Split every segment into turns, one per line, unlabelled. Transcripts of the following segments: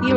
You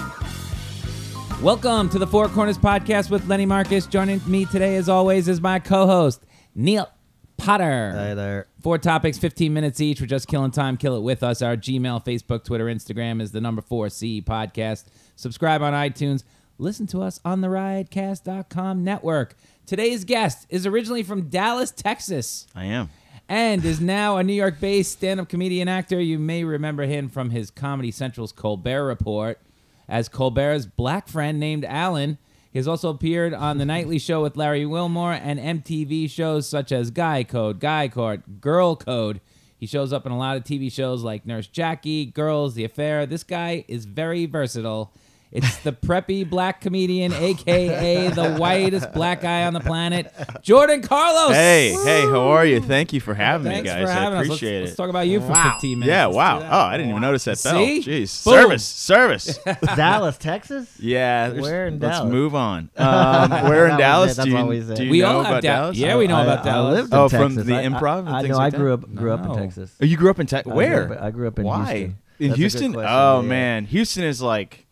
Welcome to the Four Corners Podcast with Lenny Marcus. Joining me today, as always, is my co host, Neil Potter.
Hey there.
Four topics, 15 minutes each. We're just killing time. Kill it with us. Our Gmail, Facebook, Twitter, Instagram is the number 4C podcast. Subscribe on iTunes. Listen to us on the riotcast.com network. Today's guest is originally from Dallas, Texas,
I am.
and is now a New York based stand up comedian actor. You may remember him from his Comedy Central's Colbert Report as Colbert's black friend named Alan. He has also appeared on The Nightly Show with Larry Wilmore and MTV shows such as Guy Code, Guy Code, Girl Code. He shows up in a lot of TV shows like Nurse Jackie, Girls, The Affair. This guy is very versatile. It's the preppy black comedian, aka the whitest black guy on the planet, Jordan Carlos.
Hey, hey, how are you? Thank you for having
Thanks
me, guys.
for having
I
us. Let's-
appreciate
let's,
it.
talk about you for 15 minutes.
yeah,
Let's
wow.
do that.
Oh, I didn't even notice that bell.
See?
Jeez.
Boom.
Service, service.
Dallas, Texas.
yeah. there's-
Where in
let's
Dallas?
move on. Um, where in
That
Dallas?
was it. That's
do you,
what we said.
do you
We
know
all have
about
Dal-
Dallas?
yeah, we know
I,
about
I
Dallas.
lived in
Oh,
Texas.
from the
I-
improv and
I, I
things
know.
like
I grew
that?
up grew up
No.
in Texas.
Oh, you grew up in Texas.
I
Where?
grew up- I grew up in
Why?
Houston.
In
That's a good
Houston?
question,
oh
yeah.
man, Houston is like,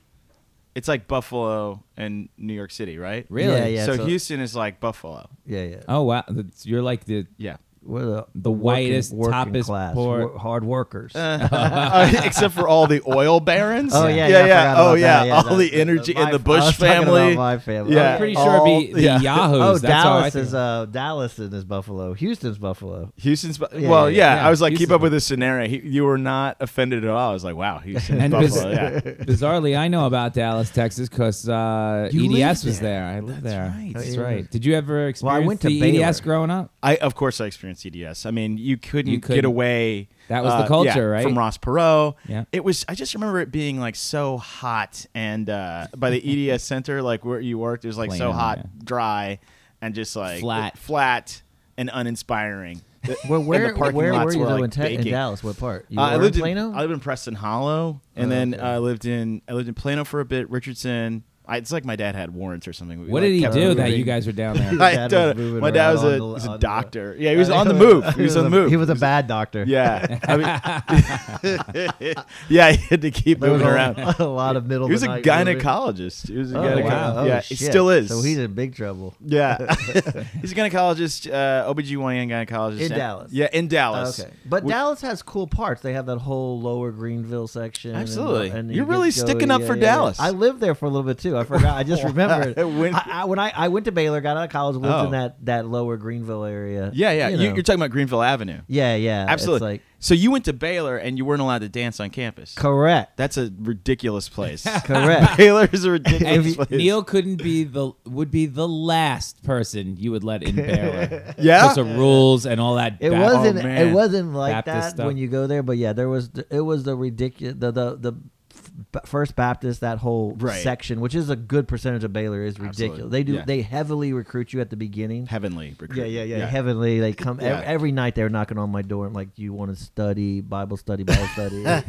it's like Buffalo and New York City, right?
Really?
Yeah, yeah.
so,
so-
Houston is like Buffalo.
Yeah, yeah.
Oh wow, That's- you're like the
Yeah.
We're the
The
working-
whitest,
working
toppest
class,
poor-
wor- hard workers.
Uh, except for all the oil barons.
Oh, yeah, yeah, I
yeah,
forgot about
Oh
that.
yeah,
Yeah,
all
that's-
the energy
my-
and the
I was
Bush
talking about
family.
my family.
Yeah,
I'm pretty sure it'd be the
yeah.
Yahoos.
oh,
That's how I
Dallas
think
is
of it.
uh Dallas is is Buffalo. Houston's Buffalo.
Houston's. bu-
Yeah,
well,
yeah,
yeah,
yeah.
I was like,
Houston's
keep up
bu-
with this scenario. He, you were not offended at all. I was like, wow, Houston's
And
Buffalo. yeah.
Bizarrely, I know about Dallas, Texas, because uh,
You lived
EDS was there.
there.
I lived
That's
there.
right.
That's
Oh, yeah.
right. Did you ever experience
Well, I went to
the
Baylor.
EDS growing up?
I of course I experienced EDS. I mean, you couldn't,
You couldn't.
get away. uh,
That was the
yeah,
culture, right?
From Ross Perot.
Yeah.
It was. I just remember it being like so hot, and uh, by the EDS center, like where you worked, it was like so
Plain,
hot,
yeah.
dry, and just like
Flat.
flat and uninspiring. The-
Well,
and
where
the parking
where
lots
were you
were,
though
like,
in, Te- in
baking.
Dallas? What part? You
Uh, I
were
lived
in Plano.
In, I lived in Preston Hollow,
Oh,
and then I lived in I lived in Plano for a bit. Richardson. I, it's like my dad had warrants or something. We,
What
like,
did he
kept
do
moving.
that you guys were down there?
I
dad was
don't know.
moving
my dad
around
was
on
a,
the-
was
on
a
the-
doctor. yeah, he was on the move. He was on the
a-
move.
He was a bad doctor.
Yeah, I mean, yeah, he had to keep
There was
moving
a-
around.
A lot of middle.
He was
of
a
the night moving.
gynecologist. He was a
Oh,
gynecologist.
wow. Oh,
Yeah, he
shit.
still is.
So he's in big trouble.
yeah, he's a gynecologist, uh, OBGYN gynecologist
In
And-
Dallas.
Yeah, in Dallas.
Okay, but
We-
Dallas has cool parts. They have that whole Lower Greenville section. and-
Absolutely.
and
You're
you
really
just go-
sticking up for Dallas.
I lived there for a little bit too. I forgot. I just remembered.
When-
I, I, when I, I went to Baylor, got out of college, lived
Oh.
in that, that Lower Greenville area.
Yeah, yeah.
You
You
know.
you're talking about Greenville Avenue.
yeah, yeah. It's
Absolutely.
like
so you went to Baylor and you weren't allowed to dance on campus.
correct,
That's a ridiculous place.
correct.
Baylor is a ridiculous
and
place.
Neil couldn't be the would be the last person you would let in Baylor.
yeah.
Because of rules and all that.
It
ba-
wasn't.
Oh,
it
man.
wasn't like
Baptist
that
stuff.
when you go there. But yeah, there was. It was the ridiculous. The the the f- b- First Baptist that whole
Right.
section, which is a good percentage of Baylor, is ridiculous.
Absolutely.
They do.
Yeah.
They heavily recruit you at the beginning.
Heavenly.
Yeah,
recruitment.
yeah, yeah, Heavenly, they come ev-
Yeah.
every, night. They were knocking on my door. and like, "Do you want to study Bible study, Bible study?" it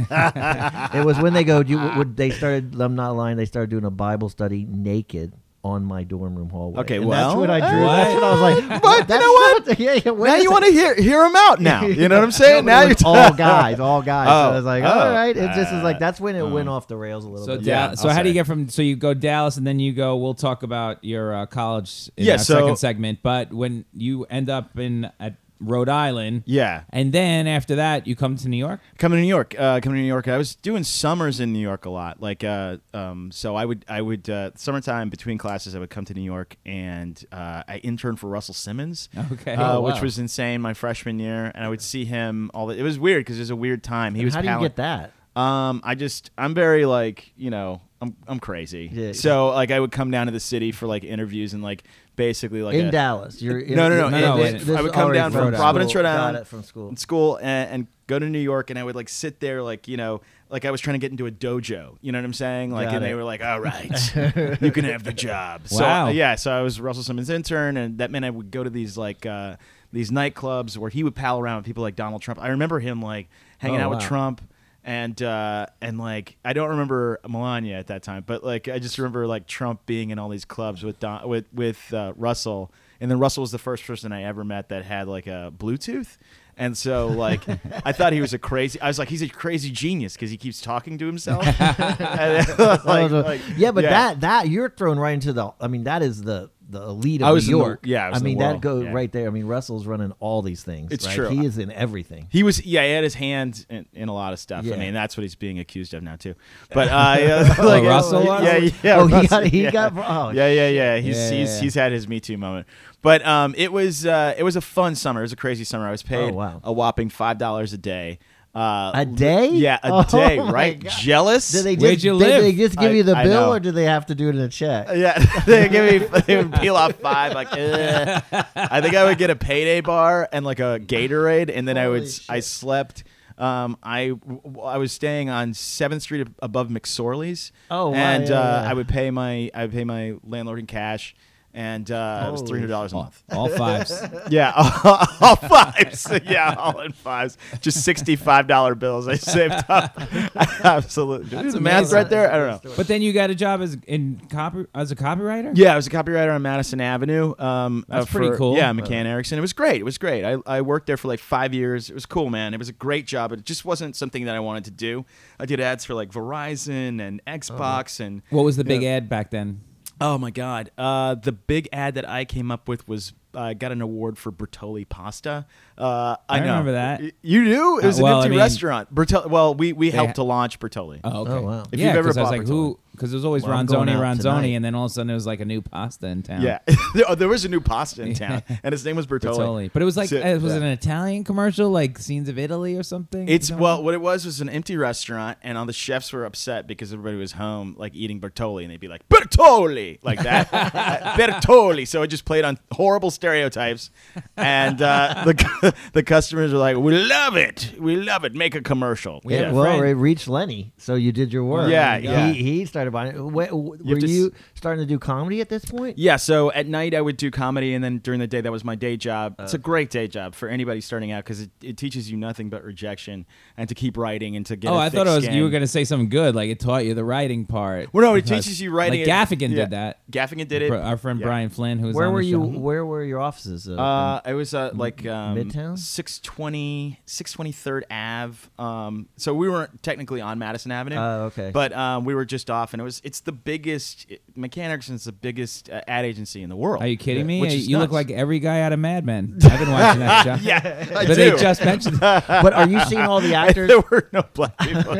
was when they go. Do you, would they started? I'm not lying. They started doing a Bible study naked on my dorm room hallway.
Okay,
and
well,
that's when I drew.
what?
That's when I was like,
But you
that's
know what?
not- Yeah, yeah.
now you want to hear hear him out now. You know what I'm saying? now you're
it's all guys, all guys. so
Oh,
I was like,
oh,
all right. It just is like
uh,
that's when it went
uh.
off the rails a little
So,
bit.
Yeah,
Dal- so
I'll
how do you
say.
get from so you go Dallas and then you go we'll talk about your uh, college in
Yeah,
our
so-
second segment but when you end up in at Rhode Island
Yeah.
and then after that you come to New York
coming to New York, uh, coming to New York. I was doing summers in New York a lot. Like, uh, um, so I would, I would, uh, summertime between classes, I would come to New York and uh, I interned for Russell Simmons,
Okay.
uh,
Oh,
which
wow.
was insane my freshman year, and I would see him all. The, it was weird because it was a weird time. He was
how do you
pal-
get that?
Uh, Um, I just I'm very like you know I'm I'm crazy.
Yeah.
So like I would come down to the city for like interviews and like basically like
in
a-
Dallas. You're in,
No, no, no,
no, no,
this-
wait.
this
I would
is
come
already
down from
school.
Providence, Rhode Island,
Got it from school.
school and, and go to New York, and I would like sit there, like you know, like I was trying to get into a dojo. You know what I'm saying? Like,
Got
and
it.
they were like, "All right, you can have the job."
Wow.
So yeah, so I was Russell Simmons' intern, and that meant I would go to these like uh, these nightclubs where he would pal around with people like Donald Trump. I remember him like hanging
Oh,
out with
wow.
Trump. And uh, and like I don't remember Melania at that time, but like I just remember like Trump being in all these clubs with Don, with with uh, Russell, and then Russell was the first person I ever met that had like a Bluetooth, and so like I thought he was a crazy. I was like he's a crazy genius because he keeps talking to himself. And then, like-
Oh,
like-
yeah, but that that you're thrown right into the. I mean, that is the the elite of
I was
New
in the-
York.
yeah, I was in
mean
the
that
world,
goes
yeah.
right there. I mean, Russell's running all these things.
It's
right?
true.
He is in everything.
He was, yeah, he had his hands in, in a lot of stuff.
Yeah.
I mean, that's what he's being accused of now too. But uh, yeah, like,
Russell was?
yeah, yeah,
Oh, he
Russell,
got- he
yeah.
got- oh,
yeah, yeah, yeah. He's
Yeah, yeah,
he's
yeah.
he's had his Me Too moment. But um, it was uh, it was a fun summer. It was a crazy summer. I was paid
Oh, wow.
a whopping five dollars a day. Uh,
A day?
Yeah, a
Oh,
day.
my
Right?
God.
Jealous?
Did they
Where'd
just,
you
did
live?
they just give
I-
you the
I
bill,
know.
or do they have to do it in a check?
Yeah, they give me they would peel off five. Like, eh. I think I would get a payday bar and like a Gatorade, and then I would
Holy
I
shit.
slept. Um, I I was staying on Seventh Street above McSorley's.
Oh, wow,
and
yeah,
uh,
yeah.
I would pay my I would pay my landlord in cash, and uh, it was
Holy
three hundred dollars a month.
All fives.
Yeah, all, all fives. Yeah, all in fives. Just sixty-five dollar bills I saved up. Absolutely, That's the math
amazing.
right there. I don't know.
But then you got a job as in copy as a copywriter.
Yeah, I was a copywriter on Madison Avenue. Um,
That's
for-
pretty cool.
Yeah, McCann Erickson. It was great. It was great. I, I worked there for like five years. It was cool, man. It was a great job, but it just wasn't something that I wanted to do. I did ads for like Verizon and Xbox and
What was the big ad back then?
oh my god, uh, the big ad that I came up with was. I got an award for Bertoli pasta. Uh, I,
I
know.
remember that.
Y- You do? It
Uh,
was an
well,
empty
I mean-
restaurant. Bertoli. Well, we, we helped
ha-
to launch Bertoli.
Oh, okay.
Oh, wow.
If
yeah,
you've ever
'cause I was
bought
like,
Bertolli.
who? Because there's always
Well, I'm going
Ronzoni,
out
Ronzoni,
tonight.
and then all of a sudden there was like a new pasta in town.
Yeah, Oh, there was a new pasta in town, and his name was Bertoli.
Totally. But it was like,
So-
uh, was
yeah.
it an Italian commercial, like scenes of Italy or something?
It's
Is that
well,
what-
what it was was an empty restaurant, and all the chefs were upset because everybody was home, like eating Bertoli, and they'd be like Bertoli, like that, Uh, Bertoli. So it just played on horrible stereotypes, and uh, the cu- the customers were like, "We love it, we love it. Make a commercial."
Yeah,
yeah.
well,
friend.
it reached Lenny, so you did your work.
Yeah, yeah.
He, he started buying it. Wh- wh-
have
Were
to s-
you starting to do comedy at this point?
Yeah, so at night I would do comedy, and then during the day that was my day job. it's a
Uh.
great day job for anybody starting out because it, it teaches you nothing but rejection and to keep writing and to get.
Oh,
I
I thought it was you were
gonna.
gonna say something good, like it taught you the writing part.
Well, no, it
Because-
teaches you writing.
Like
it-
Gaffigan
yeah.
did that.
Gaffigan did it.
Br- Our friend
Yeah.
Brian Flynn, who was
Where
on
were
the
you?
show.
Where were your offices? Uh,
Uh, it was uh, like um,
Midtown?
620, 623rd Ave. Um, so we weren't technically on Madison Avenue.
Oh, okay.
But um, we were just off, and it was it's the biggest. Mechanicson's the biggest uh, ad agency in the world.
Are you kidding me?
Which
you
is
you look
nuts.
like every guy out of Mad Men. I've been watching that show.
yeah, I
but
do.
they just mentioned
but are you seeing all the actors?
Uh, there were no black people.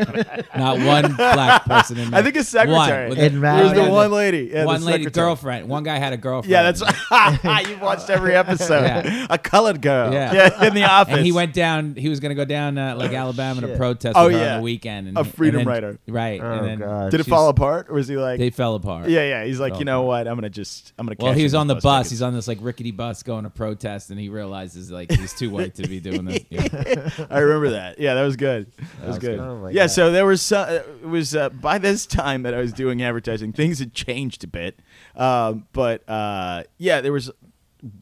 not one black person in there.
I think his secretary.
One. With
And
the-
Mad
There was the
Yeah,
one lady. Yeah, the
one lady
secretary.
girlfriend. One guy had a girlfriend.
Yeah, that's you've watched every episode.
Yeah.
A colored girl.
Yeah.
Yeah. in the office.
And he went down. He was going to go down uh, like Alabama to
Shit.
protest
Oh,
with her
yeah.
on the weekend. And,
A freedom
and then-
rider.
right?
Oh,
and then
God.
Did it
she's-
fall apart, or was he like?
They fell apart.
yeah, yeah. He's like,
Fell
you know what? I'm gonna just, I'm gonna.
Well,
cash
he was
in
on the
those
bus.
tickets."
He's on this like rickety bus going to protest, and he realizes like he's too white to be doing this. Yeah.
I remember that. Yeah, that was good. That, was,
was
good.
good. Oh, my
yeah,
God.
so there was some, it was uh, by this time that I was doing advertising, things had changed a bit. Um, but uh, yeah, there was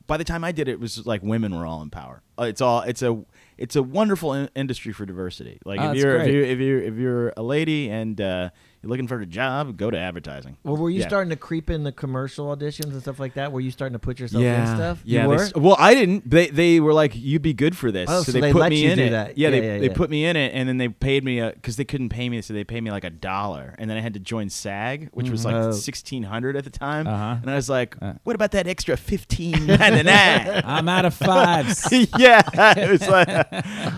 by the time I did it, it was like women were all in power. Uh, It's all it's a it's a wonderful in- industry for diversity. Like
Oh,
if
that's
you're if
great.
you if you if you're a lady and uh, you're looking for a job, go to advertising.
Well, were you
Yeah.
starting to creep in the commercial auditions and stuff like that? Were you starting to put yourself in stuff?
Yeah,
you
they
were?
s- well, I didn't. They they were like, "You'd be good for this,"
Oh,
so
so
they,
they
put
let
me
you
in
do
it.
that.
Yeah,
Yeah,
they
yeah,
they
yeah.
put me in it, and then they paid me because they couldn't pay me, so they paid me like a dollar, and then I had to join SAG, which was
Oh.
like sixteen hundred at the time,
Uh-huh.
and I was like, "What about that extra fifteen ninety nine?
I'm out of fives.
yeah, yeah, it was like,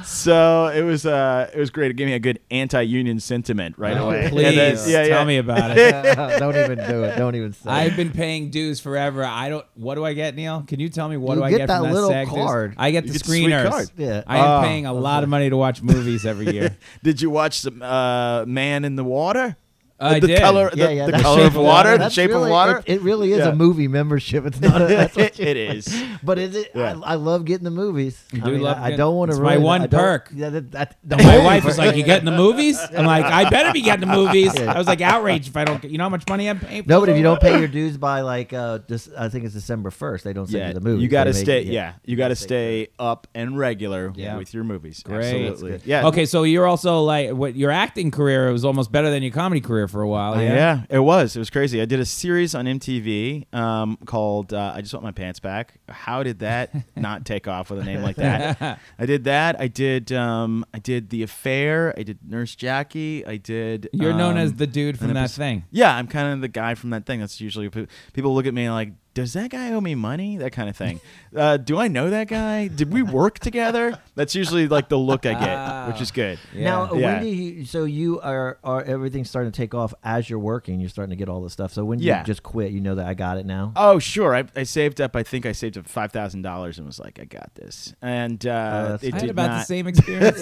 so it was uh, it was great. It gave me a good anti-union sentiment right
Oh,
away.
please
And then- yeah,
tell
yeah.
me about it.
don't even do it. Don't even say.
I've
it.
been paying dues forever. I don't. What do I get, Neil? Can you tell me what
You
do I
get
get
that
from that
little
SAG dues?
card.
I get
You
the
get the sweet
screeners.
card.
Yeah.
I am
Ah,
paying a lot of money to watch movies every year.
Did you watch some uh, Man in the Water?
Uh, I
the
did.
color,
Yeah,
the,
yeah,
the
that's-
color of
Shape of
water,
Water.
the
That's
shape
really-
of water.
It, it really is
Yeah.
a movie membership. It's not. A, that's what you,
it is.
But is it?
Yeah.
I, I love getting the movies. I,
do
mean,
love
I, I
getting-
don't want to
it's
ruin.
my
it.
one
I don't-
perk.
Yeah, that, that, the
And my
only
wife was
perk.
like, "You getting the movies?" I'm like, "I better be getting the movies."
Yeah.
I was like outraged if I don't. get You know how much money I'm paying. for
No, but if
those?
you don't pay your dues by like, uh, this, I think it's December first. They don't send
Yeah,
you the movies.
you got to
They make-
stay. Yeah, you got to stay up and regular
Yeah.
with your movies.
Great.
Absolutely. Yeah.
Okay, so you're also like what your acting career was almost better than your comedy career for a while.
Uh,
Yeah.
yeah, it was. It was crazy. I did a series on MTV um, called uh, "I Just Want My Pants Back." How did that not take off with a name like that? I did that. I did. Um, I did the affair. I did Nurse Jackie. I did.
You're known
um,
as the dude from
an
that
episode-
thing.
Yeah, I'm kind of the guy from that thing. That's usually pe- people look at me like, "Does that guy owe me money?" That kind of thing. uh, do I know that guy? Did we work together? That's usually like the look I get, which is good.
Ah. Now,
Yeah.
when do you? So you are are everything's starting to take off as you're working. You're starting to get all this stuff. So when
Yeah.
you just quit, you know that I got it now.
Oh sure, I, I saved up. I think I saved up five thousand dollars and was like, I got this. And uh,
Oh, that's
it
I
did
had about the
not.
same experience.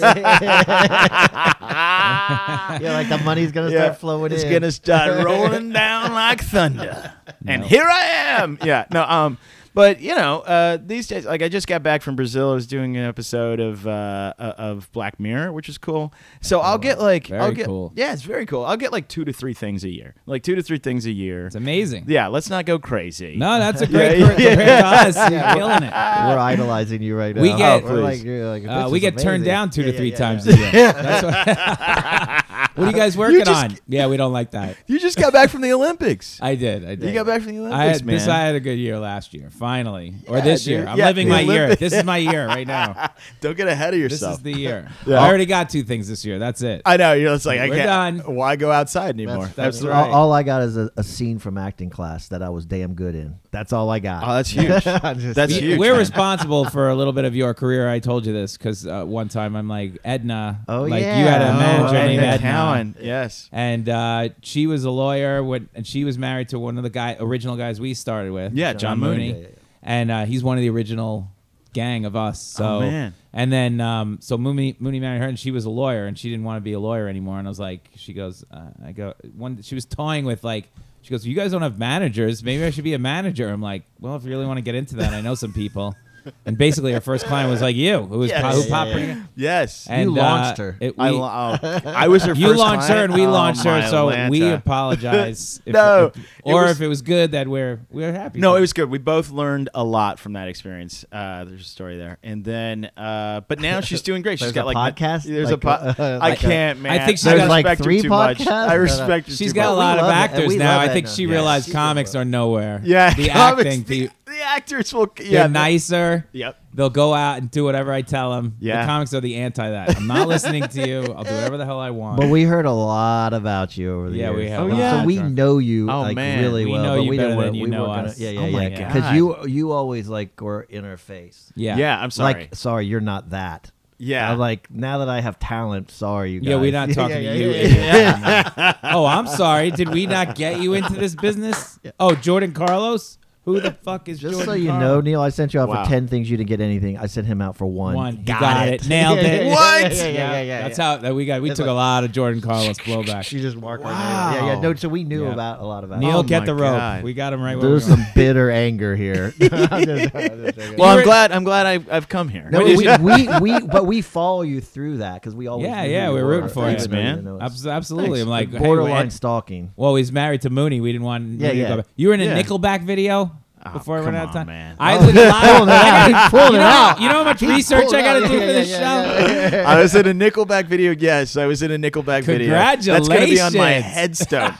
yeah, like the money's gonna
Yeah,
start flowing
it's
in.
gonna start rolling down like thunder. And here I am. Yeah, no, um, but you know, uh, these days, like I just got back from Brazil. I was doing an episode of uh, uh, of Black Mirror, which is cool. So I'll get like, I'll
Oh, very
get,
cool.
yeah, it's very cool. I'll get like two to three things a year, like two to three things a year.
it's amazing.
yeah, let's not go crazy.
No, that's a great
Yeah,
career compared to us. You're killing it.
We're idolizing you right now.
We get-
We're like, "Oh,
please.
you're like,
Uh,
this
we
is
get turned
amazing.
down two
Yeah,
to
yeah,
three
yeah,
times
yeah.
a year. That's what, what are you guys working
just-
on? Yeah, we don't like that.
you just got back from the Olympics.
I did. I did.
You got back from the
I
Olympics,
had,
man.
this, I had a good year last year, finally, or this
dude.
year. I'm
Yeah,
living
the
my year.
Olympics.
This is my year right now.
Don't get ahead of
This
yourself.
is the year.
Yeah.
I already got two things this year. That's it.
I know you're just like I
We're
can't.
done.
Why go outside anymore?
That's, that's
That's
all,
right.
all I got is a, a scene from acting class that I was damn good in. That's all I got.
Uh,
oh, that's huge.
I just-
that's
We-
huge.
We're
man.
responsible for a little bit of your career. I told you this because uh, one time I'm like Edna.
Oh,
like
yeah.
you had a
Oh,
manager
Edna
named Edna.
Cowan, Yes.
and uh, she was a lawyer when, and she was married to one of the guy original guys we started with.
Yeah, John Mooney.
yeah, yeah.
and uh, he's one of the original gang of us. So
Oh, man.
and then um, so Mooney Mooney married her, and she was a lawyer, and she didn't want to be a lawyer anymore. And I was like, she goes, uh, I go one. She was toying with like. She goes, you guys don't have managers. Maybe I should be a manager. I'm like, well, if you really want to get into that, I know some people. And basically, her first client was like you, who was
Yes.
who
Yeah,
popped
yeah,
her-
yeah.
Yes.
And, uh,
launched her.
it-
I,
we-
lo- oh, I was her.
you
first
launched her
client?
and we
Oh,
launched her,
my
so we
Atlanta.
apologize. if-
No,
if-
it
or
was-
if it was good that we're we're happy.
No,
for
it
you.
was good. We both learned a lot from that experience. Uh, there's a story there, and then, uh, but now she's doing great. She's
There's
got
a
like
podcast?
There's
Like,
a
uh,
podcast. I
like a-
can't, man.
I think she's
I
got,
like,
respect her
three
too much.
podcasts?
I
No, no.
respect her
She's
too
got
much.
a lot
We
of
love it,
actors
and we
now.
love
I
that
think
now.
she
Yeah.
realized
She's
comics
doing
are nowhere.
Yeah,
the
comics,
acting.
The,
pe-
the actors will.
they're
Yeah, they-
nicer.
Yep.
They'll go out and do whatever I tell them.
Yeah.
The comics are the anti that. I'm not listening to you. I'll do whatever the hell I want.
But we heard a lot about you over the
Yeah,
years.
we have
Oh, a lot. yeah.
So we know you
Oh,
like
man.
really
We
well,
know
but
you
we
better
didn't.
than
we
you
were
know
gonna,
us.
Yeah, yeah,
Oh,
yeah.
my
Because
God.
you you always like were in her face.
yeah.
yeah, I'm sorry.
Like, sorry, you're not that.
Yeah.
I'm like now that I have talent, sorry you guys.
Yeah, we're not talking to you. idiots. oh, I'm sorry. Did we not get you into this business? Oh, Jordan Carlos? Who the fuck is
Just
Jordan
so you
Carlos?
know, Neil, I sent you out
Wow.
for ten things you didn't get anything. I sent him out for one.
One. He got it. Nailed
Yeah,
it.
yeah, yeah,
What?
Yeah, yeah, yeah, yeah, yeah.
That's how that we got. We
It's
took a
like-
lot of Jordan Carlos blowback.
She just marked wow. our name. Yeah, yeah. No, so we knew
Yeah.
about a lot about.
Neil,
Oh
get
my
the rope.
God.
We got him right where we
There's
some,
some bitter anger here. I'm just- I'm just
well,
joking.
You
I'm
were-
glad. I'm glad I've, I've come here.
No,
What did
we, we, we, but we follow you through that because we always.
Yeah,
knew
yeah,
you
we're rooting for
even
you.
though
Thanks,
didn't know us.
Absolutely. I'm like, hey, we're
borderline
in-
stalking.
well, he's married to Mooney. We didn't want.
Yeah,
Mooney to
yeah.
go back. You were in a
Yeah.
Nickelback video
Oh,
before I
come
ran out of
on,
time.
man.
I was lying.
He's pulling
You
it
know,
out.
you know how much
He's
research
pulling
I got
it
to
out.
do
Yeah,
for
yeah,
this
yeah,
show.
I was in a Nickelback video. Yes, I was in a Nickelback video. That's going to be on my
Congratulations.
headstone.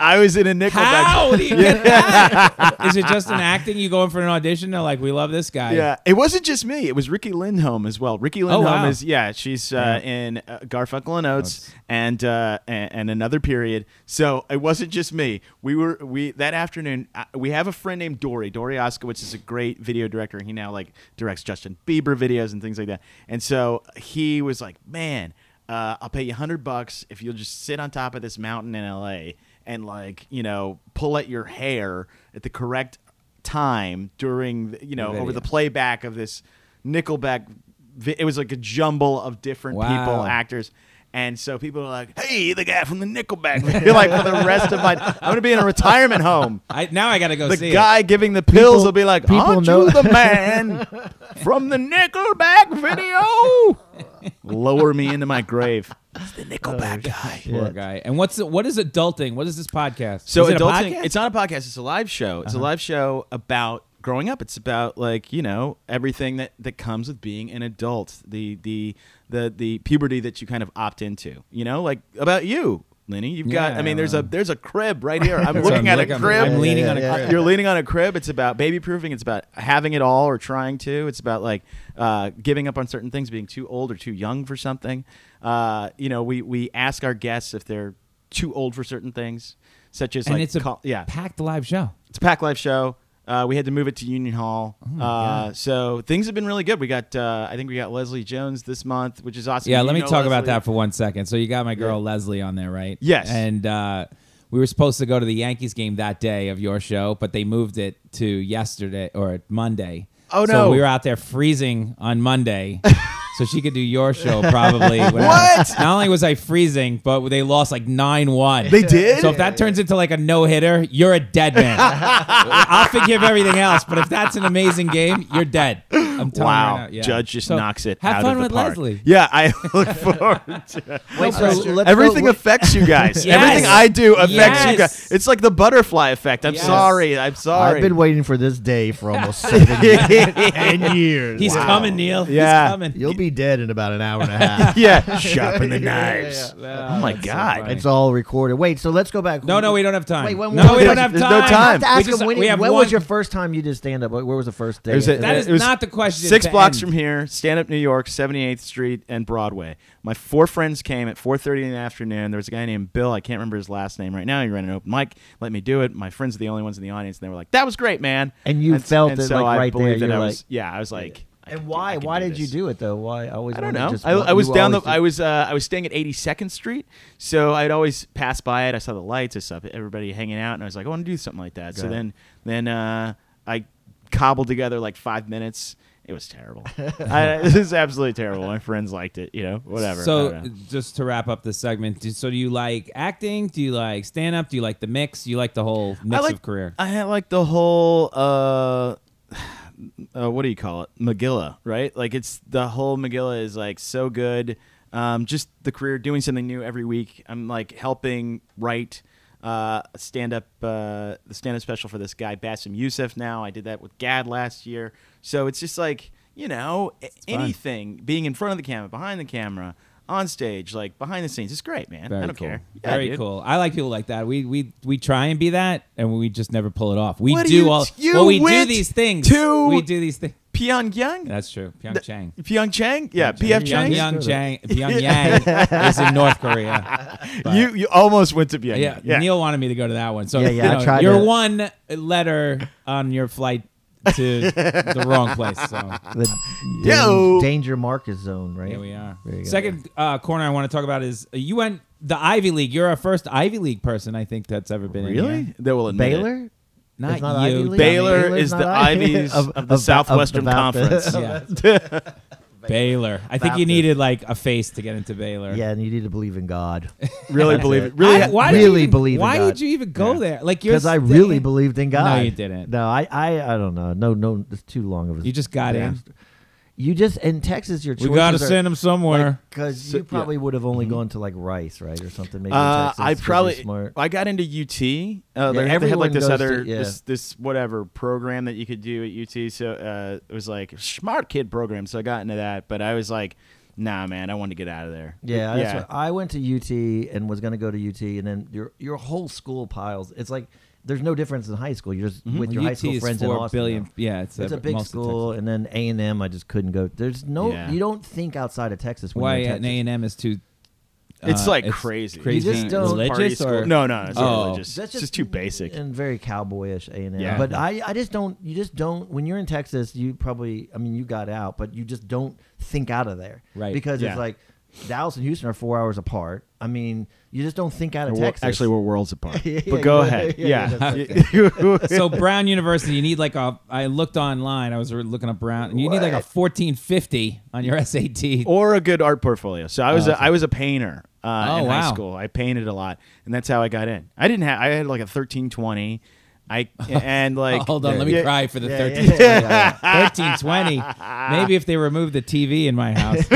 I was in a Nickelback.
How do you get that? Is it just an acting? You go in for an audition? They're like, we love this guy. Oh,
Yeah, it wasn't just me. It was Ricky Lindholm as well. Ricky Lindholm
wow.
is yeah, she's uh, in uh, Garfunkel and Oates and, uh, and and another period. So it wasn't just me. We were we that afternoon. Uh, we have a friend named Dory. Dory Oskowitz is a great video director. He now like directs Justin Bieber videos and things like that. And so he was like, man. Uh, I'll pay you hundred bucks if you'll just sit on top of this mountain in L.A. and like you know pull at your hair at the correct time during the- you know
The
over the
video.
playback of this Nickelback. Vi- it was like a jumble of different people,
Wow.
actors. And so people are like, "Hey, the guy from the Nickelback." You're like, for the rest of my, I'm gonna be in a retirement home.
I, now I gotta go
The
see
guy giving the pills
People-
will be like,
people
"Aren't
know-
you the man from the Nickelback video?" Lower me into my grave. Oh, It's the Nickelback guy.
it. Poor guy. And what's the, what is adulting? What is this podcast?
So
is it a
adulting,
podcast? Uh-huh.
it's not a podcast. It's a live show. It's a live show about growing up. It's about like you know everything that that comes with being an adult. The the the the puberty that you kind of opt into. You know, like about you, Lenny. You've got. I mean, there's a there's a crib right here. I'm
So
looking
I'm
at
like-
a
I'm-
crib.
I'm,
Yeah,
leaning
yeah,
on a
yeah.
crib.
You're leaning on a crib. It's about baby proofing. It's about having it all or trying to. It's about like uh, giving up on certain things, being too old or too young for something. Uh, you know, we we ask our guests if they're too old for certain things, such as
and
like
it's a
col- yeah,
packed live show.
it's a pack life show. Uh, we had to move it to Union Hall.
Oh
uh, so things have been really good. We got uh, I think we got Leslie Jones this month, which is awesome.
Yeah,
You
let me
know
talk about
Leslie.
that for one second. So you got my girl Leslie on there, right?
Yes.
And uh, we were supposed to go to the Yankees game that day of your show, but they moved it to yesterday or Monday.
Oh,
So
no.
we were out there freezing on Monday. So she could do your show probably. what? Not only was I freezing, but they lost like nine one. They
did?
So if that turns into like a no hitter, you're a dead man. I'll forgive everything else, but if that's an amazing game, you're dead. I'm telling you
Wow,
right now, yeah.
Judge just
So
knocks it
Have
out
fun
of the
with
park.
Leslie.
Yeah, I look forward to
Wait, so let's go-
Everything
wait-
affects you guys.
Yes.
Everything I do affects you
Yes.
guys. It's like the butterfly effect. I'm
Yes.
sorry. I'm sorry.
I've been waiting for this day for almost seven ten years.
He's coming, Neil.
Yeah.
He's coming.
You'll be dead in about an hour and a half.
yeah, sharpen the knives.
Yeah,
Oh my
that's so
god.
funny.
It's all recorded. Wait, so let's go back.
no, no, we don't have time.
Wait, when
no,
was-
we don't have
There's
time.
no
I
time.
have to ask
We just-
him when,
we have
when
one-
was your first time you did stand up? Where was the first day?
It was a-
That is
it was
not the question
Six
to
blocks
end.
from here, stand up New York, 78th Street and Broadway. My four friends came at 4:30 in the afternoon. There was a guy named Bill. I can't remember his last name right now. He ran an open mic, let me do it. My friends are the only ones in the audience, and they were like, "That was great, man."
And you
s-
felt
and
it,
so
like,
I
right there.
believed That
You're
I
like-
was, yeah, I was like. I can
and
do-
why?
I can
why
do
did you
this.
do it though? Why I always?
I don't
wondered
know.
just
I,
why
I was
you
down the.
always
I
do-
was uh, I was staying at 82nd Street, so I'd always pass by it. I saw the lights. I saw everybody hanging out, and I was like, I want to do something like that. so
Got it.
then then uh, I cobbled together like five minutes. It was terrible. I, this is absolutely terrible. My friends liked it. You know, whatever. I
So,
don't know.
just to wrap up this segment, do, so do you like acting? Do you like stand up? Do you like the mix? Do you like the whole mix
I like
of career?
I had like the whole. Uh, uh, what do you call it? Magilla, right? Like it's the whole Magilla is like so good. Um, just the career, doing something new every week. I'm like helping write uh, stand up, uh, the stand up special for this guy Bassem Youssef. Now I did that with Gad last year, so it's just like you know a- anything. Being in front of the camera, behind the camera, on stage, like behind the scenes, it's great, man.
Very
I don't
cool.
care. Yeah,
Very
dude.
cool. I like people like that. We we we try and be that, and we just never pull it off. We
What do
do
you-
all.
you
well, we do
went
these things.
to-
we do these things.
Pyongyang.
That's true. Pyeongchang.
Pyeongchang? Yeah, PF Chang.
Pyeongchang. Pyongyang is in North Korea. But-
You you almost went to Pyeongchang.
yeah, Neil wanted me to go to that one. So
Yeah,
yeah,
yeah, I tried
you're
to-
one letter on your flight to the wrong place. So
the dan-
Yo!
danger market zone, right?
here we are.
There you go.
Second uh, corner I want to talk about is uh, you went the Ivy League. You're our first Ivy League person I think that's ever been in
Really?
here.
They will admit it.
Baylor.
Not
It's not Ivy
you.
League?
Baylor
Baylor's
is
not
the
Ivy League.
Ivies of,
Of-
the
of-
Southwestern
of the Baptist.
Conference.
Yeah. Baylor. I think you
Baptist.
needed like a face to get into Baylor.
Yeah, and you need to believe in God
Really believe it. Really,
I- why did
really
you even,
believe in
Why
God.
did you even go there? Like you're
because I
st-
really believed in God.
you didn't.
No, I, I, I don't know. No, no, it's too long of a.
You just got in.
You just in Texas, your
We
choices
got to
are-
send him somewhere.
Because
So-
you probably would have only gone to like Rice, right, or something. Maybe in
uh,
Texas,
I
'cause you're
probably
smart.
I got into UT. Uh,
Yeah,
they, had, they had
everyone
like this
goes
other
to- yeah.
this this whatever program that you could do at UT. So uh, it was like smart kid program. So I got into that, but I was like. nah, man, I wanted to get out of there.
Yeah, that's what- I went to UT and was going to go to UT, and then your your whole school piles. It's like there's no difference in high school. You're just with your
Well,
high
UT
school
Mm-hmm. is
friends in
four
Austin.
billion-
now.
yeah, it's,
it's
uh,
a big
most of
school, and then A and M. I just couldn't go. There's no,
Yeah.
you don't think outside of Texas. When
Why
you're in
an A
Texas.
and M is too? uh,
Uh,
It's like crazy. You
Crazy.
just don't-
religious
Party
or
school. No, no, it's not
Oh.
religious. It's just too basic.
and very cowboyish A and M.
Yeah.
But I, I just don't. You just don't. When you're in Texas, you probably. I mean, you got out, but you just don't think out of there,
Right.
Because
Yeah.
it's like Dallas and Houston are four hours apart. I mean, you just don't think out of
We're-
Texas.
Actually, we're worlds apart.
Yeah,
but go
yeah,
ahead.
yeah,
Yeah.
so Brown University, you need like a. I looked online. I was looking up Brown, and you need like a fourteen fifty on your SAT.
or a good art portfolio. So I
Oh,
was a, I was a painter uh,
Oh,
in
wow.
high school. I painted a lot, and that's how I got in. I didn't have I had like a thirteen twenty. I and like
Hold on, let me
yeah,
cry for the
yeah,
thirteen
yeah,
twenty. Thirteen twenty. Maybe if they removed the TV in my house,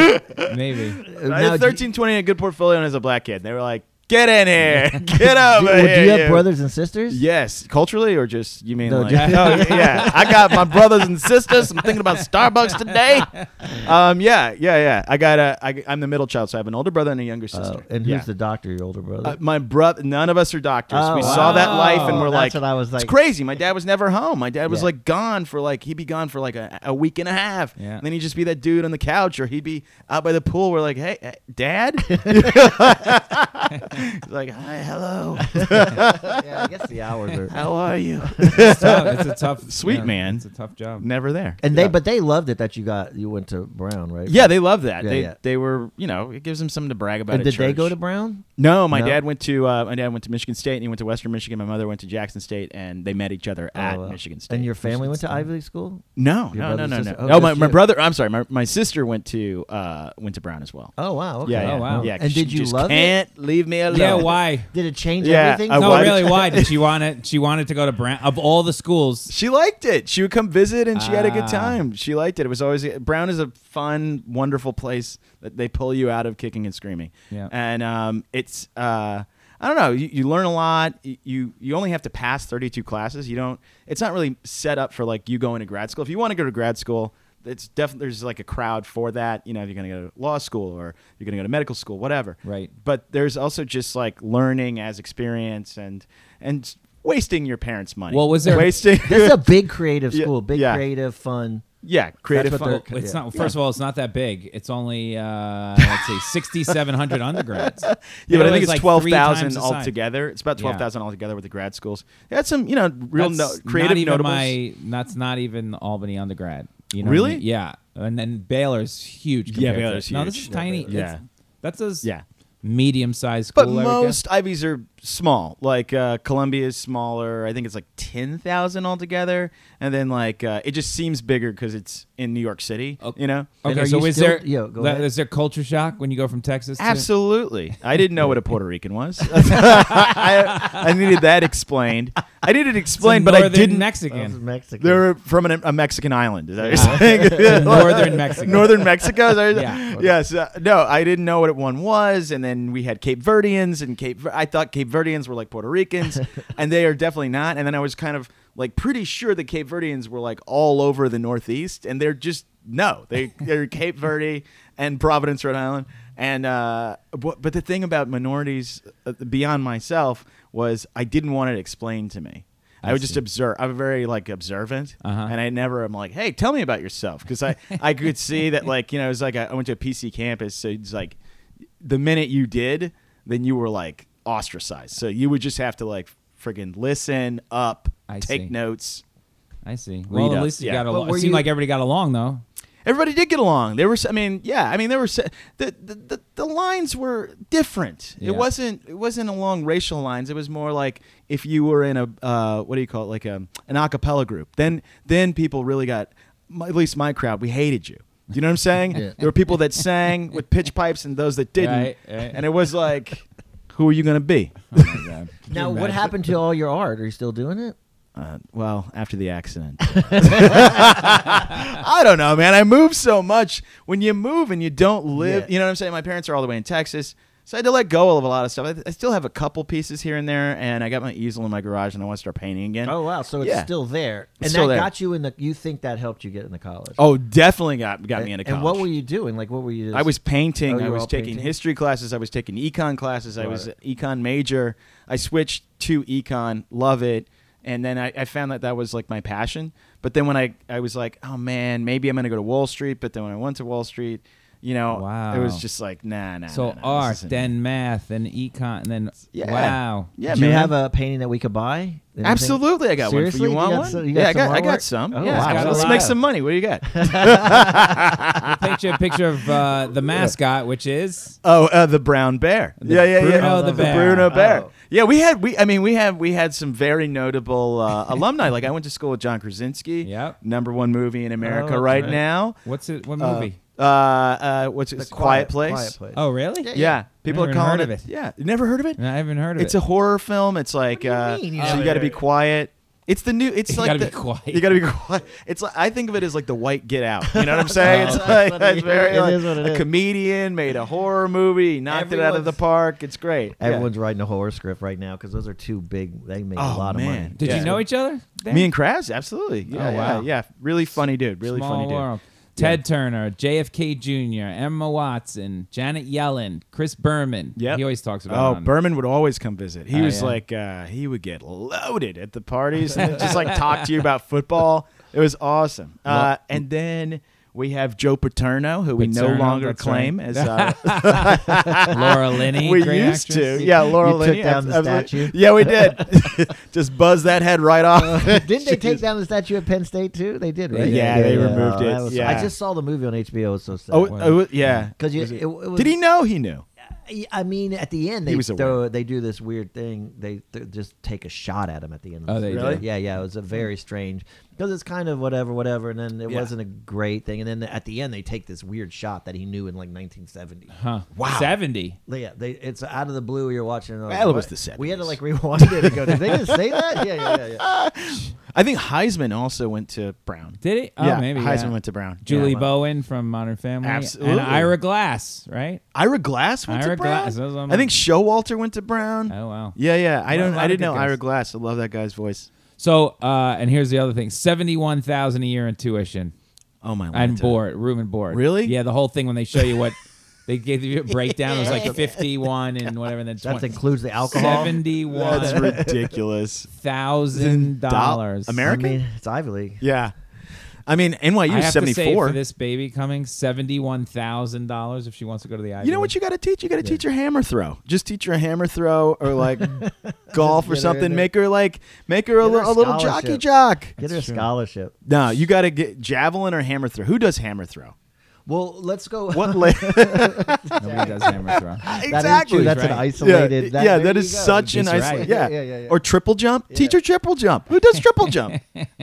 maybe.
I
Now,
had
do you-
thirteen twenty and a good portfolio, and as a black kid, they were like, "Get in here, get over
Well,
here."
do you have brothers and sisters?
Yes, culturally or just you mean
No,
like?
just-
oh, yeah, I got my brothers and sisters. I'm thinking about Starbucks today. Um, yeah, yeah, yeah. I got a. I, I'm the middle child, so I have an older brother and a younger
Oh,
sister.
and who's
yeah.
the doctor? Your older brother.
Uh, my brother, none of us are doctors.
Oh,
we saw that
wow.
life and we're
That's
like,
what I was like-
it's crazy. My dad was never home. My dad was
Yeah.
like gone for like, he'd be gone for like a, a week and a half.
Yeah.
And then he'd just be that dude on the couch or he'd be out by the pool. We're like, hey, eh, dad? He's like, hi, hello.
yeah, I guess the hours are.
How are you?
It's, tough. it's a tough.
Sweet man.
It's a tough job.
never there.
And they,
Yeah.
but they loved it that you got you went to Brown, right?
yeah, they love that.
Yeah,
they
yeah.
they were, you know, it gives them something to brag about.
And
at
did they
church.
go to Brown?
No, my
No?
dad went to uh, my dad went to Michigan State and he went to Western Michigan. My mother went to Jackson State and they met each other at
Oh, wow.
Michigan State.
And your
Michigan
family went to
State.
Ivy League school?
No,
Your
no, no,
brother's
no, no.
sister-
Oh,
oh,
my,
just
my
you.
brother. I'm sorry. My, my sister went to uh, went to Brown as well.
Oh wow. Okay.
Yeah,
Oh,
yeah,
wow.
Yeah, 'cause
And
she
did you
just
love it?
can't Leave me alone.
Yeah. Why?
Did it change
Yeah,
everything?
I
No,
Why did-
really. Why did she want it? She wanted to go to Brown. Of all the schools,
She liked it. She would come visit, and she had a good
Ah.
time. She liked it. It was always Brown is a fun, wonderful place that they pull you out of kicking and screaming.
Yeah.
and um, it's uh, I don't know. You, you learn a lot. Y- You you only have to pass thirty two classes. You don't. It's not really set up for like you going to grad school. If you want to go to grad school. It's definitely there's like a crowd for that. You know, if you're going to go to law school or you're going to go to medical school, whatever.
Right.
But there's also just like learning as experience and and wasting your parents' money.
Well, was there-
wasting?
This is a big creative
Yeah,
school, big
yeah.
creative fun.
Yeah, creative.
That's what
fun-
they're-
it's
Yeah.
not. First of all, it's not that big. It's only uh, let's say sixty seven hundred undergrads.
yeah,
You know,
but I think it's
like
twelve
three times
thousand
the size.
altogether. It's about
Yeah.
twelve thousand altogether with the grad schools. They had some, you know, real no,
That's
creative
not even
notables.
My, that's not even Albany undergrad. You know
Really?
what I mean? Yeah, and then Baylor's huge.
Yeah,
compared to
Baylor's
it. No, this
huge.
is tiny.
Baylor.
Yeah, that's as
Yeah.
medium sized school.
but
I would
most
guess.
Ivies are small. Like uh, Columbia is smaller. I think it's like ten thousand altogether, and then like uh, it just seems bigger because it's in New York City.
Okay.
You know,
And
Okay,
are
so
you
is
still-
there
yeah, go
that-
ahead.
is there culture shock when you go from Texas? to-
Absolutely. I didn't know what a Puerto Rican was. I, I needed that explained. I needed it
It's a
explained, but I
northern
didn't.
That was
Mexican. Ah,
Mexico.
They're from an, a Mexican island. Is that what you're saying?
Northern Mexico.
Northern Mexico. Is that what you're
Yeah.
saying? Yes. uh, no, I didn't know what one was, and then we had Cape Verdeans, and Cape. Ver- I thought Cape Verdeans were like Puerto Ricans, and they are definitely not. And then I was kind of like pretty sure the Cape Verdeans were like all over the Northeast, and they're just no, they they're Cape Verde and Providence, Rhode Island, and uh, but, but the thing about minorities uh, beyond myself was I didn't want it explained to me. I, would just observe. I'm very like observant,
Uh-huh.
and I never am like, "Hey, tell me about yourself," because I I could see that like you know it's like I, I went to a PC campus, so it's like the minute you did, then you were like ostracized. So you would just have to like friggin' listen up,
I
take
see.
notes.
I see. Well,
Read
at
up.
least you
Yeah.
got
But
along.
were
It seemed
you-
like everybody got along though.
Everybody did get along. There were, s- I mean, yeah, I mean, there were s- the the, the, the lines were different.
Yeah.
It wasn't it wasn't along racial lines. It was more like if you were in a uh, what do you call it, like a, an a cappella group. Then then people really got my- at least my crowd. We hated you. Do you know what I'm saying? There were people that sang with pitch pipes and those that didn't,
Right, right.
and it was like, who are you gonna be?
Oh my god. Can you
now, what
imagine?
happened to all your art? Are you still doing it?
Uh, well, after the accident. I don't know, man. I move so much. When you move and you don't live,
Yeah.
you know what I'm saying? My parents are all the way in Texas. So I had to let go of a lot of stuff. I, I still have a couple pieces here and there, and I got my easel in my garage, and I want to start painting again.
Oh wow, so it's
Yeah.
still there, and
It's still
that
there.
got you in the. You think that helped you get into college?
Oh, definitely got got me into college.
And what were you doing? Like, what were you?
I was painting.
Oh, you
I
were
was
all
taking
painting?
history classes. I was taking econ classes. I
Got
was an
it.
econ major. I switched to econ. Love it. And then I, I found that that was like my passion. But then when I, I was like, oh man, maybe I'm going to go to Wall Street. But then when I went to Wall Street, you know, it
Wow.
was just like, nah, nah. nah,
So
nah, this
art,
isn't-
then math, then econ, and then
Yeah.
wow.
Yeah,
Do
man.
you have a painting that we could buy? Anything?
Absolutely, I got
Seriously?
one. For you want
You got
one?
some- you got
yeah, I got,
some
I
artwork?
got some.
Oh,
yeah,
wow.
Got a
let's
lot.
make some money. What do you got?
Picture picture of uh, the mascot, which is
Oh, uh, the brown bear. yeah, yeah, yeah.
Bruno Oh, the Bear.
Bruno Bear.
Oh.
Yeah, we had we. I mean, we had we had some very notable uh, alumni. Like I went to school with John Krasinski.
Yep.
Number one movie in America
that's
right
right.
now.
what's it? What
Uh,
movie?
Uh, uh, what's it?
The
Quiet, Place.
Quiet Place.
oh, really?
Yeah, people
Never
are
even
calling
heard
it,
of it.
Yeah, You never heard of it?
No, I haven't heard of
It's
it.
a horror film. It's like
do you
uh,
mean?
so
Yeah.
you got to be quiet. It's the new. It's
You
like
gotta
the,
be quiet.
You got to be quiet. It's like I think of it as like the White Get Out. You know what I'm
Oh,
saying? it's
that's
like
what it
it's very.
is. It
like,
is what it
a
is.
comedian made a horror movie, knocked it out of the
Everyone's-
park. It's great. Yeah.
Everyone's writing a horror script right now because those are two big. They make
Oh,
a lot
man.
of money.
Did
Yeah.
you know each other? there?
Me and Kraz, absolutely. Yeah,
Oh,
yeah,
wow.
yeah. Really funny dude. Really
Small
funny
world.
dude.
Ted Turner, JFK Jr., Emma Watson, Janet Yellen, Chris Berman.
Yep.
He always talks about.
Oh,
it on-
Berman would always come visit. He
Oh,
was
yeah.
like, uh, he would get loaded at the parties and just like talk to you about football. It was awesome. Uh, and then we have Joe Paterno, who we
Paterno,
no longer
that's
claim
right.
as uh,
Laura Linney.
we
great
used
actress.
to. Yeah, Laura
you took
Linney,
down the
absolutely.
statue?
Yeah, we did. just buzz that head right off.
Didn't they take down the statue at Penn State too? They did, right?
Yeah, they removed it.
that was-
Yeah.
I just saw the movie on HBO. It's so sad.
Oh, oh, yeah.
because you, it, it was,
Did he know he knew?
I mean, at the end, they
was aware.
throw, they do this weird thing. They th- just take a shot at him at the end. Of
Oh,
the
they
scene.
Really? do?
Yeah, yeah. It was a very strange because it's kind of whatever, whatever, and then it
Yeah.
wasn't a great thing. And then at the end, they take this weird shot that he knew in like 1970.
Huh. Wow. Seventy.
Yeah, they, it's out of the blue. You're watching. and
Well, it was
what?
the
We had to
70s.
like rewind it and go. Did they just say that? Yeah, yeah, yeah. yeah.
I think Heisman also went to Brown.
Did he? Oh,
yeah,
maybe.
Heisman
yeah.
went to Brown.
Julie
yeah.
Bowen from Modern Family. And
Absolutely.
Ira Glass, right?
Ira Glass went to
Ira
Brown.
Glass, that was on my-
I think Showalter went to Brown.
Oh wow.
Yeah, yeah. I
Well, a
don't.
lot
I
of
didn't
good
know Ira
guys.
Glass. I love that guy's voice.
So uh, and here's the other thing: seventy-one thousand a year in tuition
Oh my.
and
Lanta.
board, room and board.
Really?
Yeah, the whole thing when they show you what they gave you a breakdown it was like fifty-one and whatever, and then
That
20.
includes the alcohol.
That's
seventy-one
ridiculous.
thousand dollars.
Ameri- American?
I mean, it's Ivy League.
Yeah. I mean, NYU
I
is
have
seventy
to say for
four.
this baby coming, seventy-one thousand dollars if she wants to go to the Ivy.
You know what
League.
you got to teach? You got to teach her hammer throw. Just teach her hammer throw or like golf or something.
there.
Make her like make her a,
Get her
li-
a
a little jockey
scholarship.
jock.
Get her a scholarship.
No, you got to get javelin or hammer throw. Who does hammer throw?
Well, let's go.
What la-
Nobody does hammer throw.
That is
exactly?
true. That's
right.
an isolated.
Yeah,
that,
yeah
there
that
you
is
go.
such an
That's right.
isolated.
Yeah,
Yeah.
yeah, yeah, yeah.
Or triple jump. Teach her triple jump. Who does triple jump?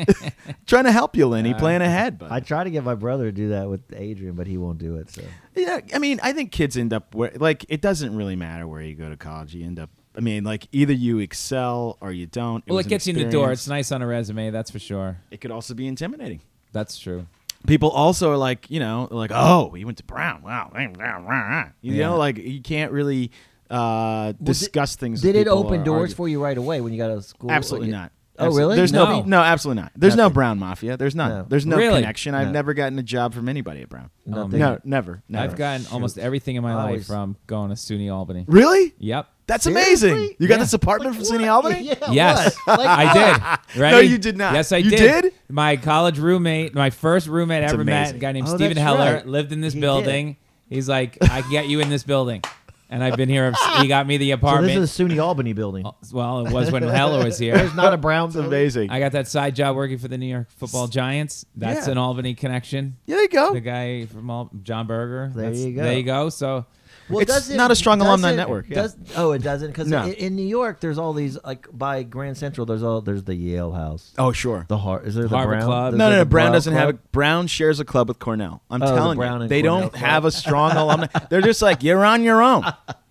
Trying to help you,
Uh,
Lenny. Plan ahead, but
I try to get my brother to do that with Adrian, but he won't do it. So
yeah, I mean, I think kids end up where like it doesn't really matter where you go to college. You end up. I mean, like either you excel or you don't.
Well,
was
it
an
gets you in the door.
experience.
It's nice on a resume, that's for sure.
It could also be intimidating.
That's true.
People also are like, you know, like, oh, he went to Brown. Wow, you
Yeah.
know, like you can't really uh, discuss things. with
did it
people
open
or
doors
argue.
for you right away when you got out of school?
Absolutely
You-
not.
Oh,
Absolutely.
really?
There's no.
No.
no, absolutely not. There's no
Nothing.
Brown Mafia. There's none.
No.
There's no
Really?
connection. I've
No.
never gotten a job from anybody at Brown.
Nothing.
No, never, never.
I've gotten almost everything in my
I
life
always-
from going to SUNY Albany.
Really?
Yep.
That's
Seriously?
amazing. You got
Yeah.
this apartment from SUNY Albany?
Yeah,
Yes,
what? Like,
I did. Ready?
you did not.
Yes, I
You
did.
did?
My college roommate, my first roommate I ever met,
amazing.
a guy named
Oh,
Steven
that's
Heller,
right.
lived in this
He
building. He's like, I can get you in this building, and I've been here. He got me the
So
apartment.
this is a SUNY Albany building.
Uh, well, it was when Heller was here.
There's not a Brown.
It's amazing.
I got that side job working for the New York Football Giants. That's
Yeah.
an Albany connection.
there you go.
The guy from Al- John Berger.
Oh. There
That's-
you go.
There you go. So
Well,
It's
does
not a strong
does
alumni
it-
network, yeah.
Does, oh, it doesn't because
No.
in, in New York there's all these like by Grand Central there's all there's the Yale House.
Oh, sure.
The Har- is there the
Harvard
Brown?
Club.
is
No,
there
no,
the
no. Brown doesn't have
Club?
a Brown shares a club with Cornell. I'm
Oh, the
telling
Brown
you,
and
they
Cornell
don't
club.
have a strong alumni. They're just like, you're on your own.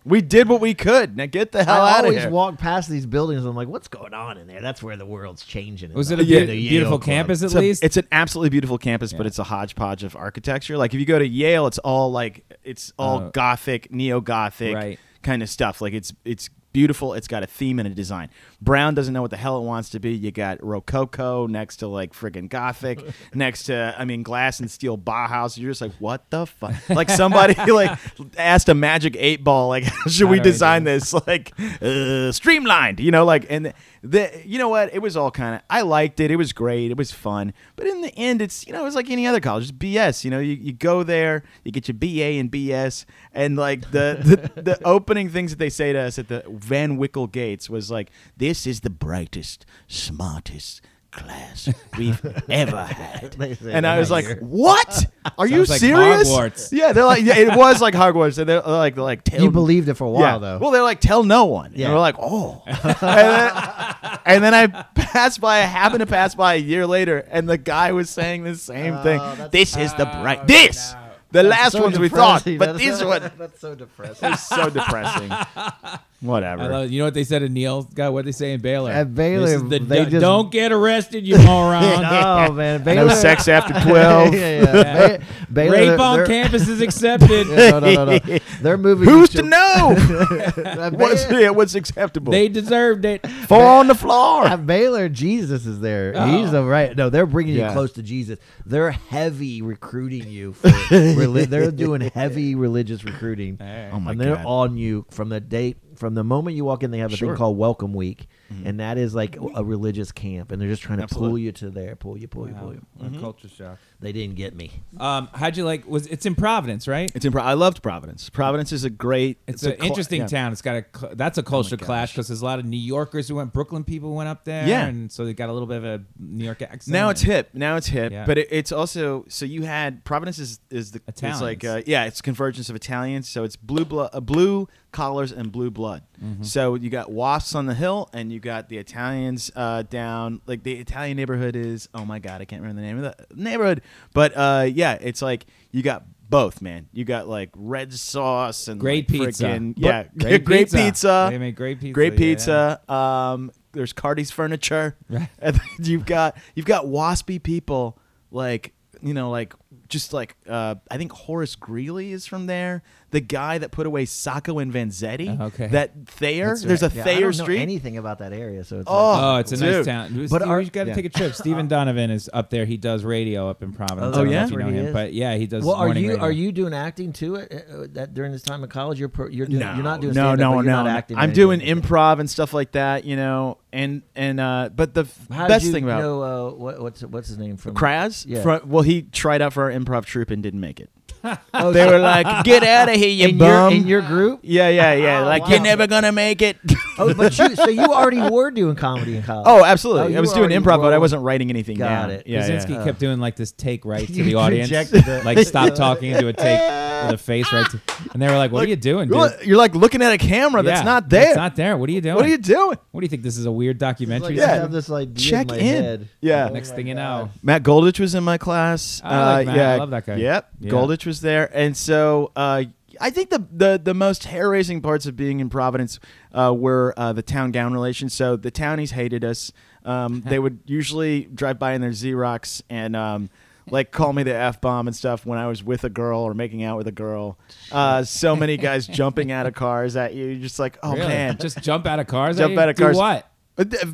We did what we could. Now get the hell
I
out of
always
here.
walk past these buildings. and I'm like, what's going on in there? That's where the world's changing.
was it
It's
a
like
beau-
the Yale
beautiful
Club.
campus at
it's, a-
least?
it's an absolutely beautiful campus, but it's a hodgepodge of architecture. Like if you go to Yale, it's all like it's all
Oh.
Gothic, neo Gothic,
Right.
kind of stuff. Like it's it's beautiful. It's got a theme and a design. Brown doesn't know what the hell it wants to be. You got Rococo next to like friggin' Gothic, next to I mean glass and steel Bauhaus. You're just like, what the fuck? Like somebody like asked a magic eight ball, like, how should we
do we
design this? Like uh, streamlined, you know, like and the you know what? It was all kind of I liked it. It was great. It was fun. But in the end, it's you know, it was like any other college. It's BS. You know, you, you go there, you get your BA and BS, and like the, the the opening things that they say to us at the Van Wickle gates was like, "This is the brightest, smartest." class we've ever had
They say
and i
that
was like
here.
what are you
Sounds like
serious
Hogwarts.
yeah they're like yeah it was like hogwarts and they're like they're like tell
You believed it for a while
yeah.
though.
Well, they're like, tell no one.
Yeah.
And we're like, oh. and, then, and then I passed by, I happened to pass by a year later, and the guy was saying the same thing.
Oh, that's-
This is the bright. This! The last
So
ones we thought,
depressing.
but
That is-
this one.
That's so depressing.
It's so depressing.
I
Whatever.
love it. You know what they said in Neil's guy? What they say in Baylor?
At Baylor,
This is the
they
do-
just-
don't get arrested, you moron.
oh man, Baylor.
No sex after 12.
yeah, yeah. Ba- Baylor,
Rape
they're-
on
they're-
campus is accepted.
Yeah, no, no, no, no. They're moving.
Who's
you
to know
At
what's,
Baylor-
yeah, what's acceptable?
They deserved it.
Four on the floor.
At uh, Baylor, Jesus is there.
Oh.
He's the right. No, they're bringing
Yeah.
you close to Jesus. They're heavy recruiting you. For reli- they're doing heavy religious recruiting.
Oh my
and they're
God.
on you from the date from the moment you walk in. They have a
Sure. Mm-hmm.
thing called Welcome Week, and that is like a religious camp, and they're just trying to pull
Absolutely. Mm-hmm.
you to there, pull you, pull you, pull you.
Culture shock.
They didn't get me.
Um, how'd you like? Was it's in Providence, right?
It's in Pro- I loved Providence. Providence is a great.
It's, an
cl-
interesting
yeah.
town. It's got a cl- that's a culture
gosh.
clash because there's a lot of New Yorkers who went. Brooklyn people went up there,
Yeah.
and so they got a little bit of a New York accent.
Now it's hip. Now it's hip.
Yeah.
But it, it's also so you had Providence is is the it's like uh,
Italians.
yeah it's convergence of Italians. So it's blue blood, uh, blue collars and blue blood.
Mm-hmm.
So you got wasps on the hill and you got the Italians uh, down. Like the Italian neighborhood is oh my god I can't remember the name of the neighborhood. But uh, yeah, it's like you got. Both man, you got like red sauce and
Great
like,
pizza.
friggin-
But-
yeah,
Great
great,
pizza.
pizza.
They make great pizza,
Great
yeah.
pizza. Um, there's Cardi's furniture. And then you've got you've got waspy people like you know like just like uh, I think Horace Greeley is from there. The guy that put away Sacco and Vanzetti.
Uh,
Oh, okay.
That Thayer.
That's right.
There's a
Yeah, I
Thayer
don't know
street.
anything about that area, so it's
Oh,
like,
Oh, it's a nice
dude.
town. But
But are-
you got to
yeah.
take a trip. Stephen Donovan is up there. He does radio up in Providence.
Oh,
I don't know
yeah?
if you know
Where he
him,
is?
but yeah, he does.
Well, are
morning
you
radio.
are you doing acting too? At, uh, that during this time of college, you're pro, you're doing,
no,
you're not doing
no,
stand-up,
no,
but you're
no.
not acting. or
I'm doing
anything.
improv and stuff like that, you know. And and uh, but the f-
How
best
did you
thing about
know, uh, what, what's what's his name from
Kraz,
Yeah.
fro- well, he tried out for our improv troupe and didn't make it.
Oh,
They
so-
were like, "Get out of here, you
in your,
bum!"
in your group.
yeah, yeah, yeah.
Oh,
like
wow.
you're never gonna make it.
Oh, but you so you already were doing comedy in college.
Oh,
Oh,
absolutely.
you
I was doing
already
improv, but I
rolled.
wasn't writing anything
Got
down.
it.
Yeah, Uh,
Krasinski
yeah.
kept doing like this take right to
You
the audience,
rejected the-
like stop talking and do a take with a face right, to, and they were like, "What are you doing, dude?"
You're, li- you're like looking at a camera
Yeah,
that's not there.
It's not there. What are you doing?
what are you doing?
What do you think? This is a weird
Like,
documentary.
I
Yeah.
have this idea
Check
in my
in.
head.
Yeah.
Next thing you know,
Matt Goldich was in my class.
I
Uh,
like Matt.
Yeah,
I love that guy.
Yep,
Yeah.
Goldich was there, and so uh, I think the, the the most hair raising parts of being in Providence uh, were uh, the town gown relations. So the townies hated us. Um, they would usually drive by in their Xerox and. Um, like call me the f bomb and stuff when I was with a girl or making out with a girl. Uh, so many guys jumping out of cars at you. You're just like, oh
Really?
man,
just jump out of cars.
Jump
I-
out of
do
cars. Uh,
What?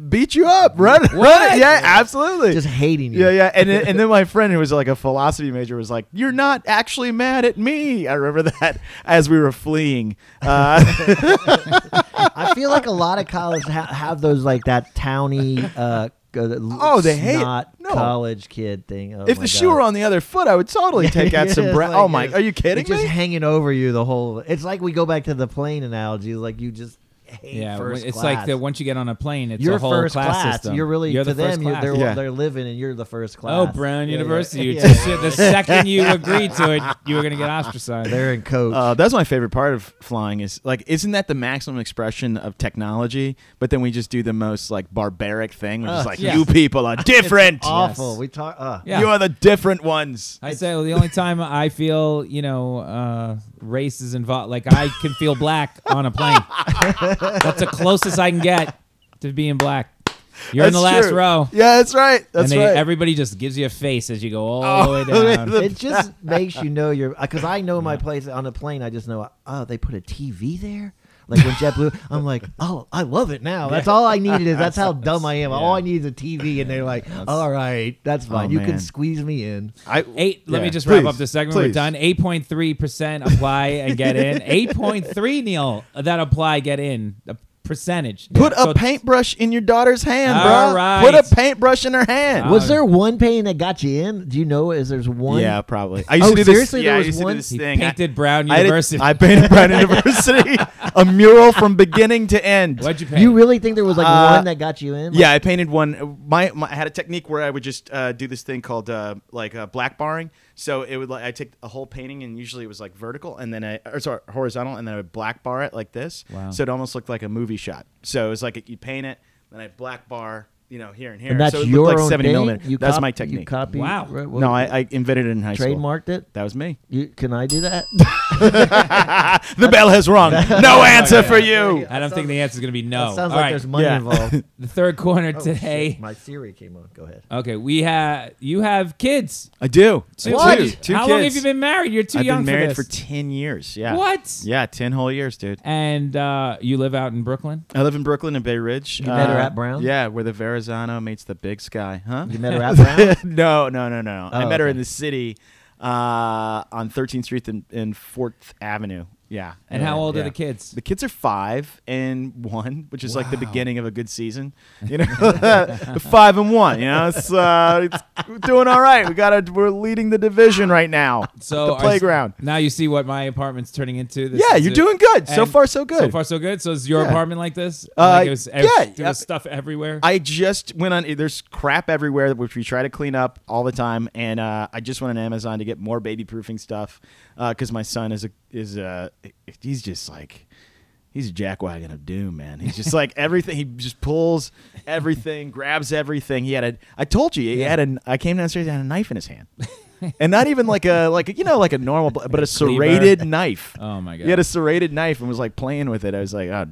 beat you up, run, run it. Yeah, absolutely.
Just hating you.
Yeah, yeah. And then, and then my friend who was like a philosophy major was like, "You're not actually mad at me." I remember that as we were fleeing.
Oh
Uh,
I feel like a lot of colleges ha- have those like that towny. Uh,
Oh, they hate-
not
no.
college kid thing. Oh,
if
my
the shoe
God.
were on the other foot, I would totally take out some
It's
bread.
like
oh my!
it's-
Are you kidding
it's
me?
Just hanging over you the whole. It's like we go back to the plane analogy. Like you just hate
Yeah,
first
it's
class.
like that. Once you get on a plane, it's
you're
a whole
first
class,
class.
system.
You're really
You're
to
the first
them. you-
class.
They're
Yeah.
they're living, and you're the first class.
Oh, Brown
Yeah, yeah.
University. You
Yeah,
just-
yeah.
the second you agreed to it, you were gonna get ostracized.
They're in coach.
Uh, that's my favorite part of flying is like, isn't that the maximum expression of technology? But then we just do the most like barbaric thing, which is
Oh,
like,
yeah.
you people are different.
Awful.
Yes.
We talk. Uh,
Yeah.
You are the different ones.
I say well, the only time I feel, you know, uh, race is involved. Like I can feel black on a plane. That's the closest I can get to being black. You're in the
That's
last
true.
row,
Yeah, that's right. That's
and they,
right.
everybody just gives you a face as you go all
Oh,
the way down.
It just uh, makes you know you're because I know my place on a plane. I just know. Oh, they put a TV there. Like when JetBlue, I'm like, oh, I love it now. That's all I needed. Is that's how dumb I am. All I need is a TV, and they're like, all right, that's fine. you
Oh, man.
can squeeze me in.
I
Eight. Let me
Yeah.
just wrap up
Please,
this segment. We're
please.
done. Eight point three percent apply and get in. Eight point three Neil that apply get in. The percentage.
Put
So-
a paintbrush in your daughter's hand,
All
bro.
right.
Put a paintbrush in her hand.
Uh,
Was there one painting that got you in? Do you know? Is there's one?
Yeah, probably. I used
Oh,
to do
seriously?
this. Yeah,
There
I
was
used to
one?
do this
He
thing. I-
painted Brown
I did-
University.
I, painted Brown University a mural from beginning to end.
What'd you paint?
You really think there was like
Uh,
one that got you in? Like,
Yeah, I painted one. uh, My, my I had a technique where I would just uh, do this thing called uh, like uh, black barring. So it would like I take a whole painting and usually it was like vertical and then I or sorry horizontal and then I would black bar it like this.
Wow.
So it almost looked like a movie shot. So it was like you paint it, then I black bar, you know, here and here.
and that's
so it looked
your
like
own
70
thing?
millimeter.
You
that's
cop-
my
You
technique.
copy?
Wow.
what-
no, I, I invented it in high school.
trademarked it.
That was me.
You, can I do that?
The bell has rung. No answer for you.
I don't think the answer is going to be no.
That sounds
All
like
right,
there's money
Yeah.
involved.
the third corner
Oh,
today. Oh.
shit, my Siri came on. Go ahead.
Okay, we have you have kids.
I do.
Two,
What?
two-
Two
How
kids.
long have you been married? You're too
I've
young
been married
for
for,
this.
ten years. Yeah.
What?
Yeah, ten whole years, dude.
and uh, you live out in Brooklyn.
I live in Brooklyn in Bay Ridge. You
met her at Brown?
Yeah, where the Verrazano meets the Big Sky, huh?
You met her at Brown?
no, no, no, no. I
Oh,
met her
okay.
in the city uh, on 13th Street and, and 4th Avenue. Yeah.
And
Yeah,
how old are
yeah.
the kids?
The kids are five and one, which is like the beginning of a good season. You know, five and one. You know, it's, uh, it's we're doing all right. We got to We're leading the division right now.
So
the
are-
playground.
now you see what my apartment's turning into. This
Yeah,
is
you're
it.
doing good. So
And
far, so good.
So far, so good. So is your
Yeah.
apartment like this?
Uh,
like it was, ev-
yeah,
there was
yeah.
stuff everywhere.
I just went on. There's crap everywhere, which we try to clean up all the time. And uh, I just went on Amazon to get more baby proofing stuff because my son is a is a he's just like he's a jackwagon of doom, man. He's just like everything. He just pulls everything, grabs everything. He had a. I told you, he had a. I came downstairs, he had a knife in his hand. and not even like a like a- you know like a normal bl- but a
cleaver.
serrated knife.
Oh, my God.
He had a serrated knife and was like playing with it. I was like, oh,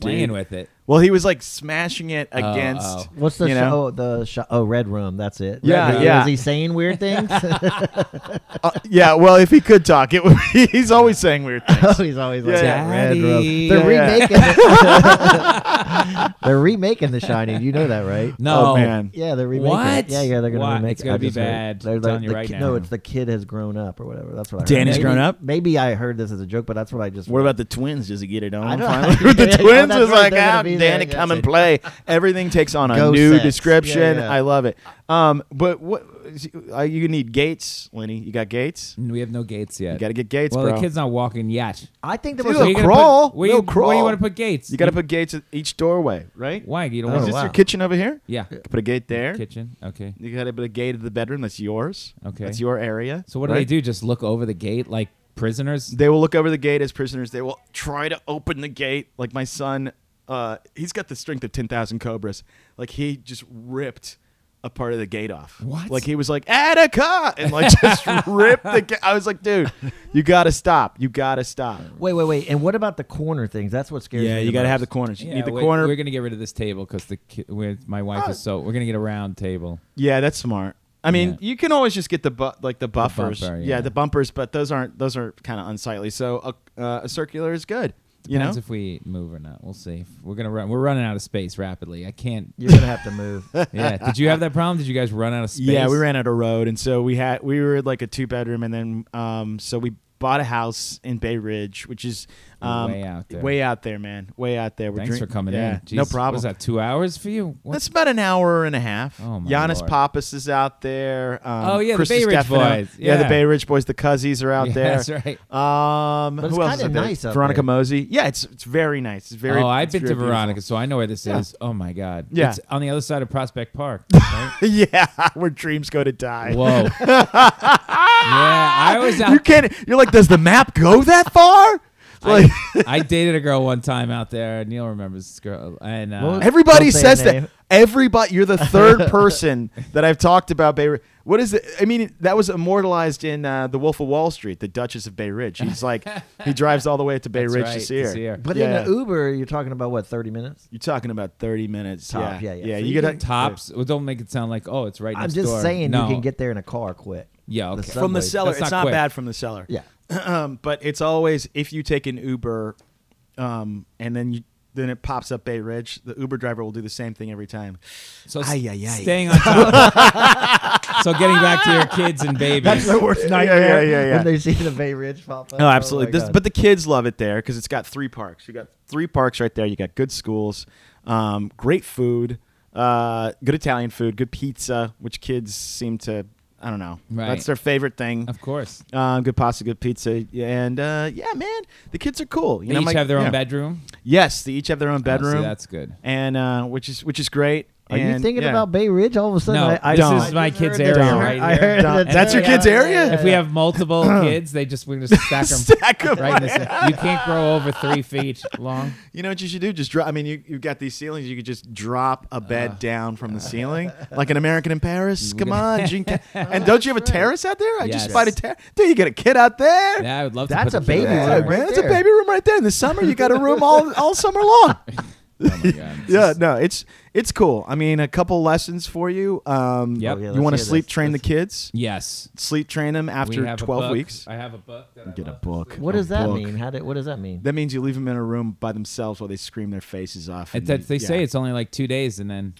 playing
dude.
with it.
Well, he was like smashing it against.
oh.
What's the
you
show?
know?
oh, the show? Oh, Red Room. That's it. Red
Yeah,
Room.
yeah.
Is he saying weird things?
Uh, yeah, well, if he could talk, it would. Be, he's always saying weird
oh,
things.
he's always like
Yeah,
that.
yeah.
Red Room.
Daddy.
They're
Yeah.
remaking. The, they're remaking The Shining. You know that, right?
No,
Oh, man.
Yeah, they're remaking. it.
What?
Yeah, yeah, they're gonna
Why?
remake.
It's
it.
gonna
I
be
just heard.
bad.
They're
I'm
like
telling you
the
right
ki-
now.
No, it's the kid has grown up or whatever. That's what I heard.
Danny's
Maybe-
grown up?
Maybe I heard this as a joke, but that's what I just.
What about the twins? Does he get it
I
on
don't-
finally? With the
Yeah,
twins
that's
is like,
right, they're gonna
ah,
be
Danny,
there,
come
that's
and
it."
play. Everything takes on a
Go
new
sets.
description.
Yeah, yeah.
I love it. Um, but what uh, you need gates, Lenny? You got gates?
we have no gates yet.
You got to get gates,
well,
bro.
the kid's not walking yet.
I think there
Dude,
was.
look,
you gonna
crawl.
Put, where,
No,
you, where you
crawl.
want to put gates?
you got to put gates at each doorway, right?
Mm-hmm. Why? You don't
Oh,
Is
want
this
wow.
your kitchen over here?
Yeah.
Put a gate there.
Kitchen. Okay.
You got to put a gate to the bedroom. That's yours.
Okay.
That's your area.
So what do
right?
they do? Just look over the gate like prisoners?
They will look over the gate as prisoners. They will try to open the gate. Like my son, uh, he's got the strength of 10,000 cobras. Like he just ripped a part of the gate off.
What?
Like he was like, Attica! And like just ripped the gate. I was like, dude, you got to stop. You got to stop.
Wait, wait, wait. And what about the corner things? That's what scares me. got to
the corners. You
Yeah,
need the
we-
corner.
We're gonna get rid of this table because the ki- we're, my wife is so. We're gonna get a round table.
yeah, that's smart. I mean,
Yeah.
you can always just get the bu- like the buffers,
bumper,
yeah.
yeah.
the bumpers, but those aren't those are kind of unsightly. So a, uh, a circular is good, you know.
Depends if we move or not. We'll see. We're gonna run. We're running out of space rapidly. I can't.
You're gonna have to move.
Yeah. Did you have that problem? Did you guys run out of space?
Yeah, we ran out of road, and so we had we were like a two bedroom, and then um, so we bought a house in Bay Ridge, which is um,
Way out there.
way out there, man, way out there. We're
Thanks
drink-
for coming
yeah,
in. Jeez,
no
What was
problem.
that two hours for you? What?
That's about an hour and a half.
Oh, my
Giannis
Lord.
Pappas is out there. Um,
Oh, yeah, the
Chris
Bay Ridge
Stefano.
boys.
Yeah. the
Yeah.
Bay Ridge boys. The Cuzzies are out
Yeah,
there.
that's right.
Um,
But it's
who else
kinda
is out there?
nice out
Veronica
there.
Mosey. Yeah, it's it's very nice. It's very.
oh, I've
it's
been to
very beautiful.
Veronica, so I know where this is. Oh my God.
Yeah.
It's on the other side of Prospect Park. right?
yeah, where dreams go to die.
Whoa. yeah, I was out.
You can't. You're like, does the map go that far? Like.
I, I dated a girl one time out there. Neil remembers this girl, and uh,
Well,
Everybody
Don't say
says
a
that.
name.
Everybody, you're the third person that I've talked about Bay Ridge. What is it? I mean, that was immortalized in uh, The Wolf of Wall Street, the Duchess of Bay Ridge. He's like, he drives all the way up to Bay
That's
Ridge
right,
to see her.
to see her.
But
Yeah.
in an Uber, you're talking about what? Thirty minutes.
You're talking about 30 minutes.
Top,
yeah,
yeah, yeah. So
you
you
get
can
tops. Well, don't make it sound like oh, it's right.
I'm
next
just
door.
saying
no.
you can get there in a car quick.
Yeah, okay.
sun-
from the Um,
Subway.
cellar.
That's
it's
not
not
quick.
bad from the cellar.
Yeah.
um, but it's always if you take an Uber um, and then you then it pops up Bay Ridge. The Uber driver will do the same thing every time.
So s-
Ay, ay, ay.
staying on top. so getting back to your kids and babies.
my worst
nightmare. yeah, yeah.
When they see the Bay Ridge pop up.
No, absolutely.
Oh my
this,
God.
but the kids love it there because it's got three parks. You got three parks right there. You got good schools, um, great food, uh, good Italian food, good pizza, which kids seem to. I don't know.
Right.
That's their favorite thing.
Of course.
Um, good pasta, good pizza, and uh, yeah, man, the kids are cool. You
They
know,
each
my-
have their own
yeah.
bedroom.
Yes, they each have their own
Oh, see,
bedroom.
that's good.
and uh, which is which is great.
Are you
And,
thinking
yeah.
about Bay Ridge all of a sudden?
No,
I, I
this
don't.
is my kid's
I heard
area
that-
Don't.
right
I
here.
heard
Don't.
that-
That's your
yeah,
kid's
yeah,
area?
yeah,
If we
yeah.
have multiple kids, they just we just stack them
Stack 'em
right in the center. You can't grow over three feet long.
You know what you should do? Just drop. I mean, you you've got these ceilings. You could just drop a
Uh.
bed down from the ceiling, like an American in Paris. Come on, Jean- and don't you have a terrace out there? I just
Oh, Yes.
spied a terrace. Dude, you got a kid out there.
Yeah, I would love to.
That's
put
a
the
baby
kids
room
there.
Yeah,
right
man, it's a
there.
baby room right there. In the summer, you got a room all all summer long.
Oh my God.
Yeah, no, it's it's cool. I mean, a couple lessons for you. Um,
Yep. Oh, yeah,
you want to
let's hear
sleep
this.
train the kids.
Yes.
Sleep train them
We
after
have a
twelve
book.
weeks.
I have a book. That I
Get a
love.
book.
What
a
does that
book.
mean? How did, What does that mean?
That means you leave them in a room by themselves while they scream their faces off.
It,
and
that, they
yeah.
say it's only like two days, and then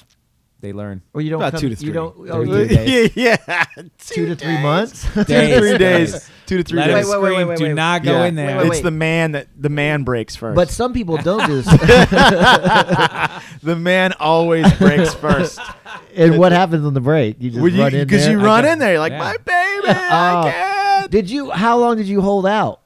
they learn.
Or you don't
About
come,
two to three.
You don't. Oh,
Three
you-
days.
yeah, yeah.
two to three months.
Days.
three days, two to three
Let
days.
them
Wait, wait, wait,
scream.
wait,
Do
wait.
not go
Yeah.
in there.
Wait,
It's the man that the man breaks first.
But some people don't do this.
the man always breaks first.
and what happens on the break? You just
Would you
run in
because
there. Oh.
you run
guess.
in there, you're like
Yeah.
my baby, I can't.
Did you? How long did you hold out?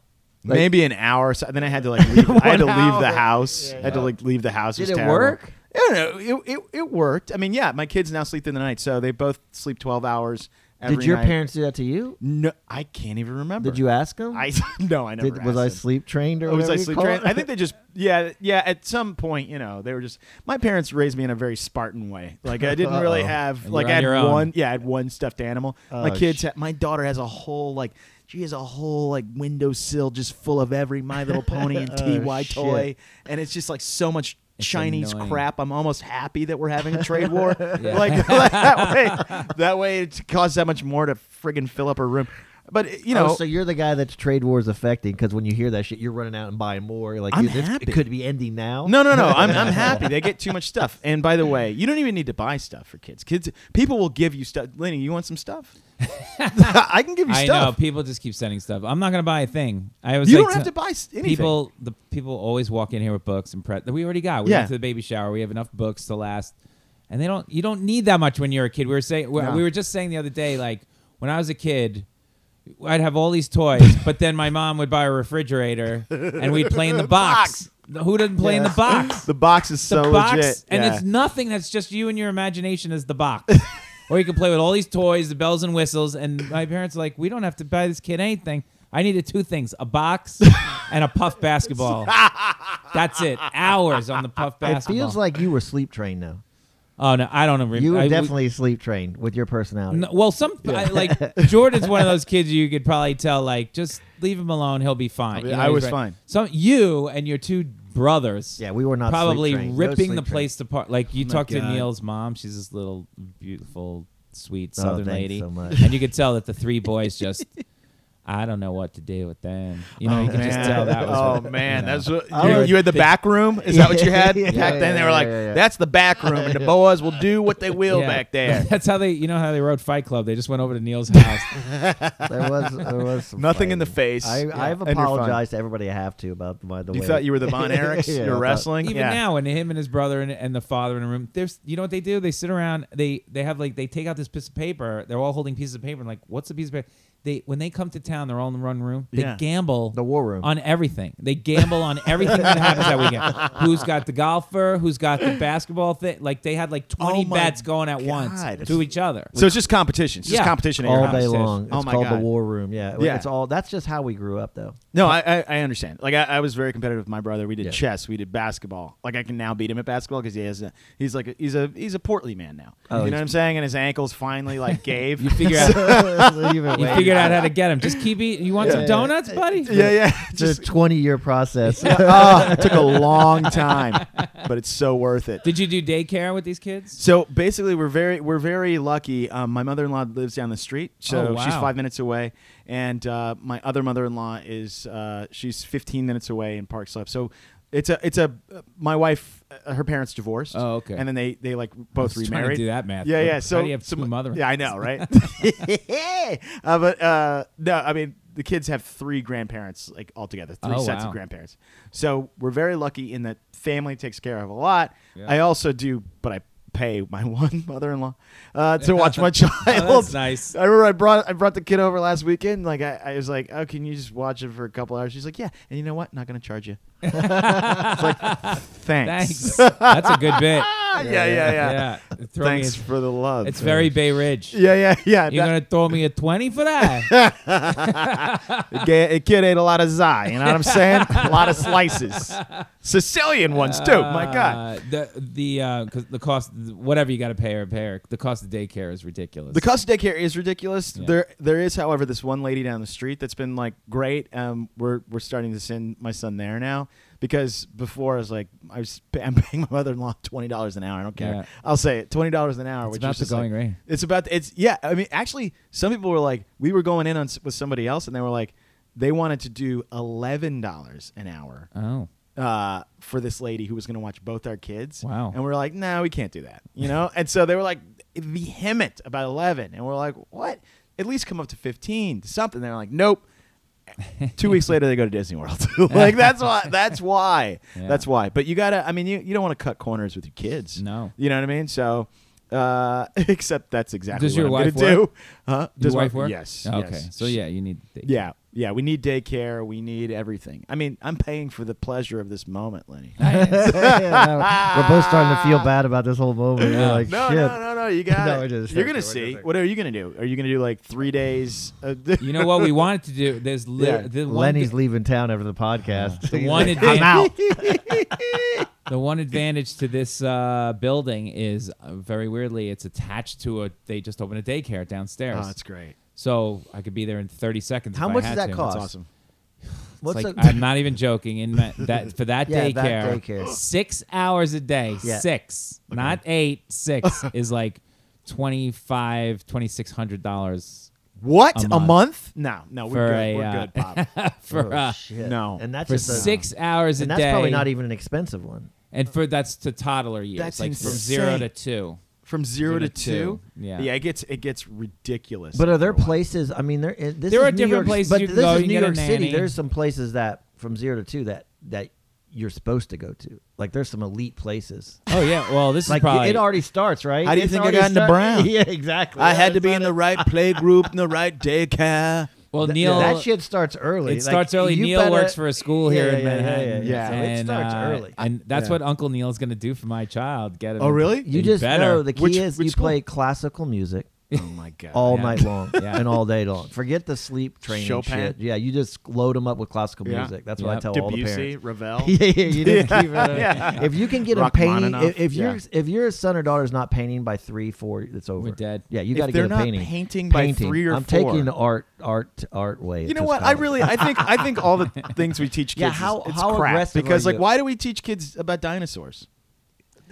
like-
Maybe an hour. So then I had to like leave. I had to
One
leave the
hour.
house.
Yeah,
I had to like leave the house.
Did
was
it
terrible.
work?
I don't know. It, it it worked. I mean, yeah, my kids now sleep through the night, so they both sleep twelve hours. Every
Did your
night.
parents do that to you?
No, I can't even remember.
Did you ask them?
I no, I never.
did, was
asked
I
them.
sleep trained or
Oh, was
whatever
I
you
sleep
call
trained?
it?
I think they just yeah yeah. At some point, you know, they were just my parents raised me in a very Spartan way. Like I didn't really
Uh-oh.
have
And
like
you're on
I
your
had
own.
one yeah I had one stuffed animal. my
Oh,
kids,
sh-
ha- my daughter has a whole like she has a whole like windowsill just full of every My Little Pony and
Oh,
Ty
shit.
toy, and it's just like so much.
It's
Chinese
annoying.
crap. I'm almost happy that we're having a trade war.
Yeah.
Like that way, that way it costs that much more to friggin' fill up her room. But you know,
Oh, so you're the guy that's trade wars affecting because when you hear that shit, you're running out and buying more. You're like,
I'm
dude, this
happy.
could be ending now.
No, no, no. I'm, I'm happy. They get too much stuff. And by the way, you don't even need to buy stuff for kids. Kids, people will give you stuff. Lenny, you want some stuff? I can give you
I know
stuff.
people just keep sending stuff. I'm not gonna buy a thing. I was
You
like
don't have
t-
to buy s- anything.
People, the people always walk in here with books and pre- that we already got. We
Yeah.
went to the baby shower. We have enough books to last, and they don't. You don't need that much when you're a kid. We were saying we-
No.
we were just saying the other day, like when I was a kid, I'd have all these toys, but then my mom would buy a refrigerator, and we'd play in the box. Who didn't play in the box?
The box is
the
so
box,
legit.
and
Yeah.
it's nothing. That's just you and your imagination as the box. or you can play with all these toys, the bells and whistles. And my parents are like, we don't have to buy this kid anything. I needed two things: a box and a puff basketball. That's it. Hours on the puff
it
basketball.
feels like you were sleep trained though.
oh no, I don't remember.
You were
I, we-
definitely sleep trained with your personality.
no, well, some I, like Jordan's one of those kids you could probably tell like just leave him alone, he'll be fine.
mean,
You know,
I
he's
was
right.
fine.
Some you and your two brothers.
Yeah, we were not sleep
probably
trained. Oh No
ripping
sleep
the
train.
place apart. Like you talked to
God.
Neil's mom, she's this little beautiful, sweet
Oh,
Southern
thanks
lady,
so much.
and you could tell that the three boys just. I don't know what to do with them. You
Oh,
know, you could just tell that was.
oh
what-
man,
you know.
that's what
I
you,
would
you had the
think-
back room. Is that what you had
Yeah,
back then?
yeah,
they were like,
yeah, yeah.
"That's the back room, and the boys will do what they will
Yeah.
back there."
That's how they, you know, how they wrote Fight Club. They just went over to Neil's house.
There was there was some
Nothing in the
fighting.
face.
I,
Yeah.
I've
And you're fine.
apologized to everybody I have to about by the
You
way.
thought you were the Von Erichs?
Yeah, I
You're
thought-
wrestling.
Even
yeah.
now, and him and his brother and, and the father in a room, there's, you know what they do? They sit around. They they have like they take out this piece of paper. They're all holding pieces of paper. And like, what's the piece of paper? They when they come to town, they're all in the run room. They
Yeah.
gamble
the war room.
on everything. They gamble on everything that happens that weekend. Who's got the golfer? Who's got the basketball thing? Like they had like
Oh
20
my
bets going at once
God.
to each other.
So it's just competition. It's just
Yeah.
competition at your
all
house.
day
conversation.
long. It's
Oh my
called the
God.
war room. Yeah,
Yeah.
it's all. That's just how we grew up, though.
No, I, I, I understand. Like I, I was very competitive with my brother. We did
Yeah.
chess. We did basketball. Like I can now beat him at basketball because he has a, he's like a, he's a he's a portly man now. you
Oh,
know
he's-
what I'm saying? And his ankles finally like gave.
You figure out
you
you figured out how to get him. Just keep eating. You want
Yeah.
some donuts, buddy?
yeah, yeah.
It's
Just
a twenty-year process.
oh, it took a long time, but it's so worth it.
Did you do daycare with these kids?
So basically, we're very we're very lucky. Um, my mother in law lives down the street, so
Oh, wow.
she's five minutes away, and uh, my other mother in law is uh, she's fifteen minutes away in Park Slope. So. i- It's a it's a my wife uh, her parents divorced.
Oh, okay.
And then they they like both
just trying to
remarried.
do that math.
Yeah,
How
yeah.
do
So
you have
so
two
my-
mothers?
Yeah, I know, right? uh, but uh, no, I mean the kids have three grandparents like altogether, three
Oh,
sets
wow.
of grandparents. So we're very lucky in that family takes care of a lot.
Yeah.
I also do, but I pay my one mother-in-law uh, to watch my child.
Oh, nice.
I remember I brought I brought the kid over last weekend. Like I, I was like, "Oh, can you just watch it for a couple hours?" She's like, "Yeah." And you know what? Not gonna charge you. it's like, thanks.
Thanks. That's a good bit.
yeah, yeah, yeah.
yeah. Throw
Thanks
Me
for the love.
a, it's very Bay Ridge.
Yeah, yeah, yeah.
You're
That- Oh
gonna throw me a twenty for that?
ga- a kid ate a lot of za. You know what I'm saying? a lot of slices. Sicilian ones too. My God.
Uh, the the uh, 'cause the cost whatever you got to pay or pay the cost of daycare is ridiculous.
The cost of daycare is ridiculous.
Yeah.
There, there is, however, this one lady down the street that's been like great. Um, we're we're starting to send my son there now because before I was like, I was pay- I'm paying my mother-in-law twenty dollars an hour. I don't care.
Yeah.
I'll say it, twenty dollars an hour.
It's
which
about
is
the
just, like-
going rate.
It's about the- it's yeah. I mean, actually, some people were like, we were going in on s- with somebody else, and they were like, they wanted to do eleven dollars an hour
oh,
uh, for this lady who was going to watch both our kids.
Wow.
And we are like, no, we can't do that. You know? and so they were like vehement about 11. And we are like, what? At least come up to 15 to something. They're like, nope. Two weeks later, they go to Disney World. like that's why. That's why.
Yeah.
That's why. But you gotta. I mean, you, you don't want to cut corners with your kids.
No.
You know what I mean. So, uh, except that's exactly
Does
what
your
I'm
wife
gonna
work?
do. Huh?
does
Does
your
my-
wife work? Oh,
Yes.
Okay.
yes.
So yeah, you need. Daycare.
Yeah, yeah. We need daycare. We need everything. I mean, I'm paying for the pleasure of this moment, Lenny.
we're both starting to feel bad about this whole moment. We're like,
no,
shit.
no, no, no. You got.
No,
it.
it is.
You're gonna
We're just
see.
like-
What are you gonna do? Are you gonna do like three days? of-
You know what we wanted to do? There's li-
Yeah.
the one
Lenny's leaving town after the podcast.
The
He's
one
like,
advan-
I'm out.
The one advantage to this uh, building is uh, very weirdly it's attached to a. They just opened a daycare downstairs,
oh, that's great.
so I could be there in 30 seconds.
How
if I
much does
had
that
to.
cost?
That's awesome.
It's
What's
like,
a-
I'm not even joking. In that, that for that
Yeah,
daycare,
that daycare.
six hours a day,
Yeah.
six, not eight, six is like twenty five, twenty six hundred dollars
What
A
a
month.
month? No, no,
For
we're good.
a,
we're
uh,
good, Bob.
for
Oh,
uh,
shit.
no.
and that's
for
just a-
six hours
and
a
that's
day,
probably not even an expensive one.
and for that's to toddler years,
That's
like from
insane.
zero to two.
From zero to
to two.
two.
Yeah.
yeah. It gets it gets ridiculous.
But are there
after a while.
places? I mean, there is- this
There
is
are
New
different
York-
places
but
you can
this
go.
is
You can
New
get a
York City.
nanny.
There's some places that from zero to two that that you're supposed to go to. Like there's some elite places.
Oh yeah, well this
Like
is probably
it already starts right.
How do you
It's
think I
already
got into
start-
Brown?
Yeah, exactly.
I
Yeah,
had to
it's
be
not
in
a-
the right playgroup, in the right daycare.
well
Th-
Neil.
that shit starts early.
It starts early. Neil works for a school here in Manhattan.
yeah.
So it
And,
starts
uh,
early.
and that's
Yeah.
what Uncle Neil's going to do for my child. Get him.
Oh, really?
you just
better.
know the key
Which-
is
which
you
school?
play classical music
Oh my god.
all
Yeah.
night long
Yeah.
and all day long. Forget the sleep training
Chopin?
shit. Yeah, you just load them up with classical
Yeah.
music. That's what
Yep.
I tell all the parents.
Debussy, Ravel.
yeah, yeah, you didn't keep it. If you can get them painting,
Rachmaninoff,
if, if
yeah.
your if your son or daughter's not painting by three, four, it's over.
dead.
Yeah, you
If
got to
they're
get them
not
painting.
painting by three or
I'm
four.
taking the art, art, art way.
You know what? I really, I think, I think all the things we teach kids,
Yeah,
is-
how-
it's
how
crap.
aggressive
because,
are
like,
you?
why do we teach kids about dinosaurs?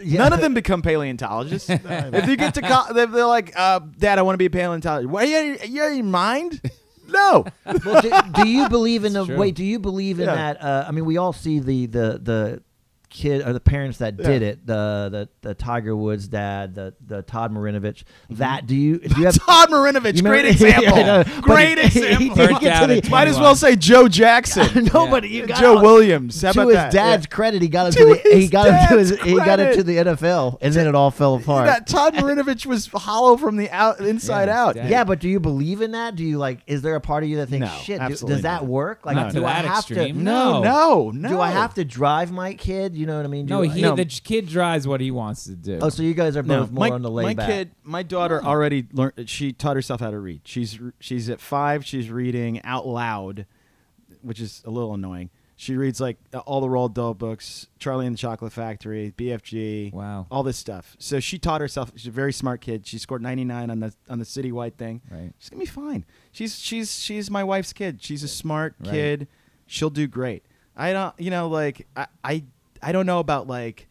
None of them become paleontologists. if you get to, co- they're they're like, uh, "Dad, I want to be a paleontologist." Why are you, you out of your mind? No.
well, do, do you believe in the
true.
wait? Do you believe in
Yeah.
that? Uh, I mean, we all see the the the kid or the parents that did
Yeah.
it. The the the Tiger Woods dad, the the Todd Marinovich. That do you do you have?
Mm-hmm. Todd Marinovich,
You
great
remember-
example.
I know, but
great
he- he
example.
did
Burnt
get to
out
the-
at
Might as well say Joe Jackson,
No, but you got
Joe Williams. How
to
about
his
that?
dad's
Yeah.
credit, he got him
To
to, the, he
his
got him to his,
dad's
he got him to
credit.
the NFL, and then it all fell apart.
That Todd Marinovich was hollow from the out, inside
Yeah,
out.
dad.
yeah, but do you believe in that? Do you like? Is there a part of you that thinks,
No,
shit, do-
absolutely
does that
not.
work? Like,
Not
do
to
I
that
have
extreme.
to?
No.
No, Oh, no.
Do I have to drive my kid? You know what I mean? Do
No,
I-
he the j- kid drives what he wants to do.
Oh, so you guys are both more
my,
on the
my
layback.
kid, my daughter already learned. She taught herself how to read. She's she's at five. She's reading out loud, which is a little annoying. She reads like all the Roald Dahl books, Charlie and the Chocolate Factory, BFG,
Wow.
all this stuff. So she taught herself. She's a very smart kid. She scored 99 on the on the citywide thing.
Right.
She's gonna be fine. She's she's she's my wife's kid. She's a smart
Right.
kid. She'll do great. I don't, you know, like I I, I don't know about like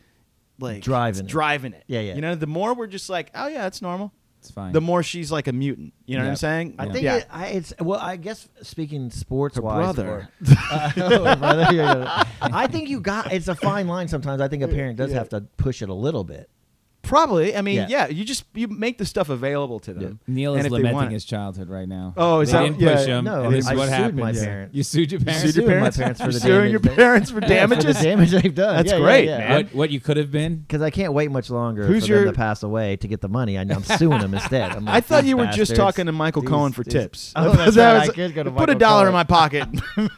like
Driving it.
driving it.
Yeah, yeah.
You know, the more we're just like, oh yeah, it's normal.
It's fine.
the more she's like a mutant. You know what
Yeah.
I'm saying?
I think
yeah.
it, I, it's well. I guess speaking sports wise, Oh,
brother.
I think you got. It's a fine line sometimes. I think a parent does have to push it a little bit.
Probably. I mean,
Yeah.
yeah. You just you make the stuff available to them.
Neil is
and if they want
lamenting
it-
his childhood right now.
Oh, is
they
that-
didn't
yeah,
push him?
no,
and
I
this is
sued
what
my
happened.
parents.
You sued your parents.
Sued your
Suing my
parents,
parents for the
suing your
damage.
parents for damages.
for the damage they've done.
That's
Yeah, yeah,
great,
yeah.
man.
What what you could have been?
Because I can't wait much longer
Who's
for
your-
them to pass away to get the money. I, I'm suing them instead. I'm like,
I thought
"These
you were just
bastards."
talking to Michael
These-
Cohen for
these-
tips.
Oh, that's
That
right.
was-
I could go to
put a
Michael
dollar in
Cohen.
my pocket.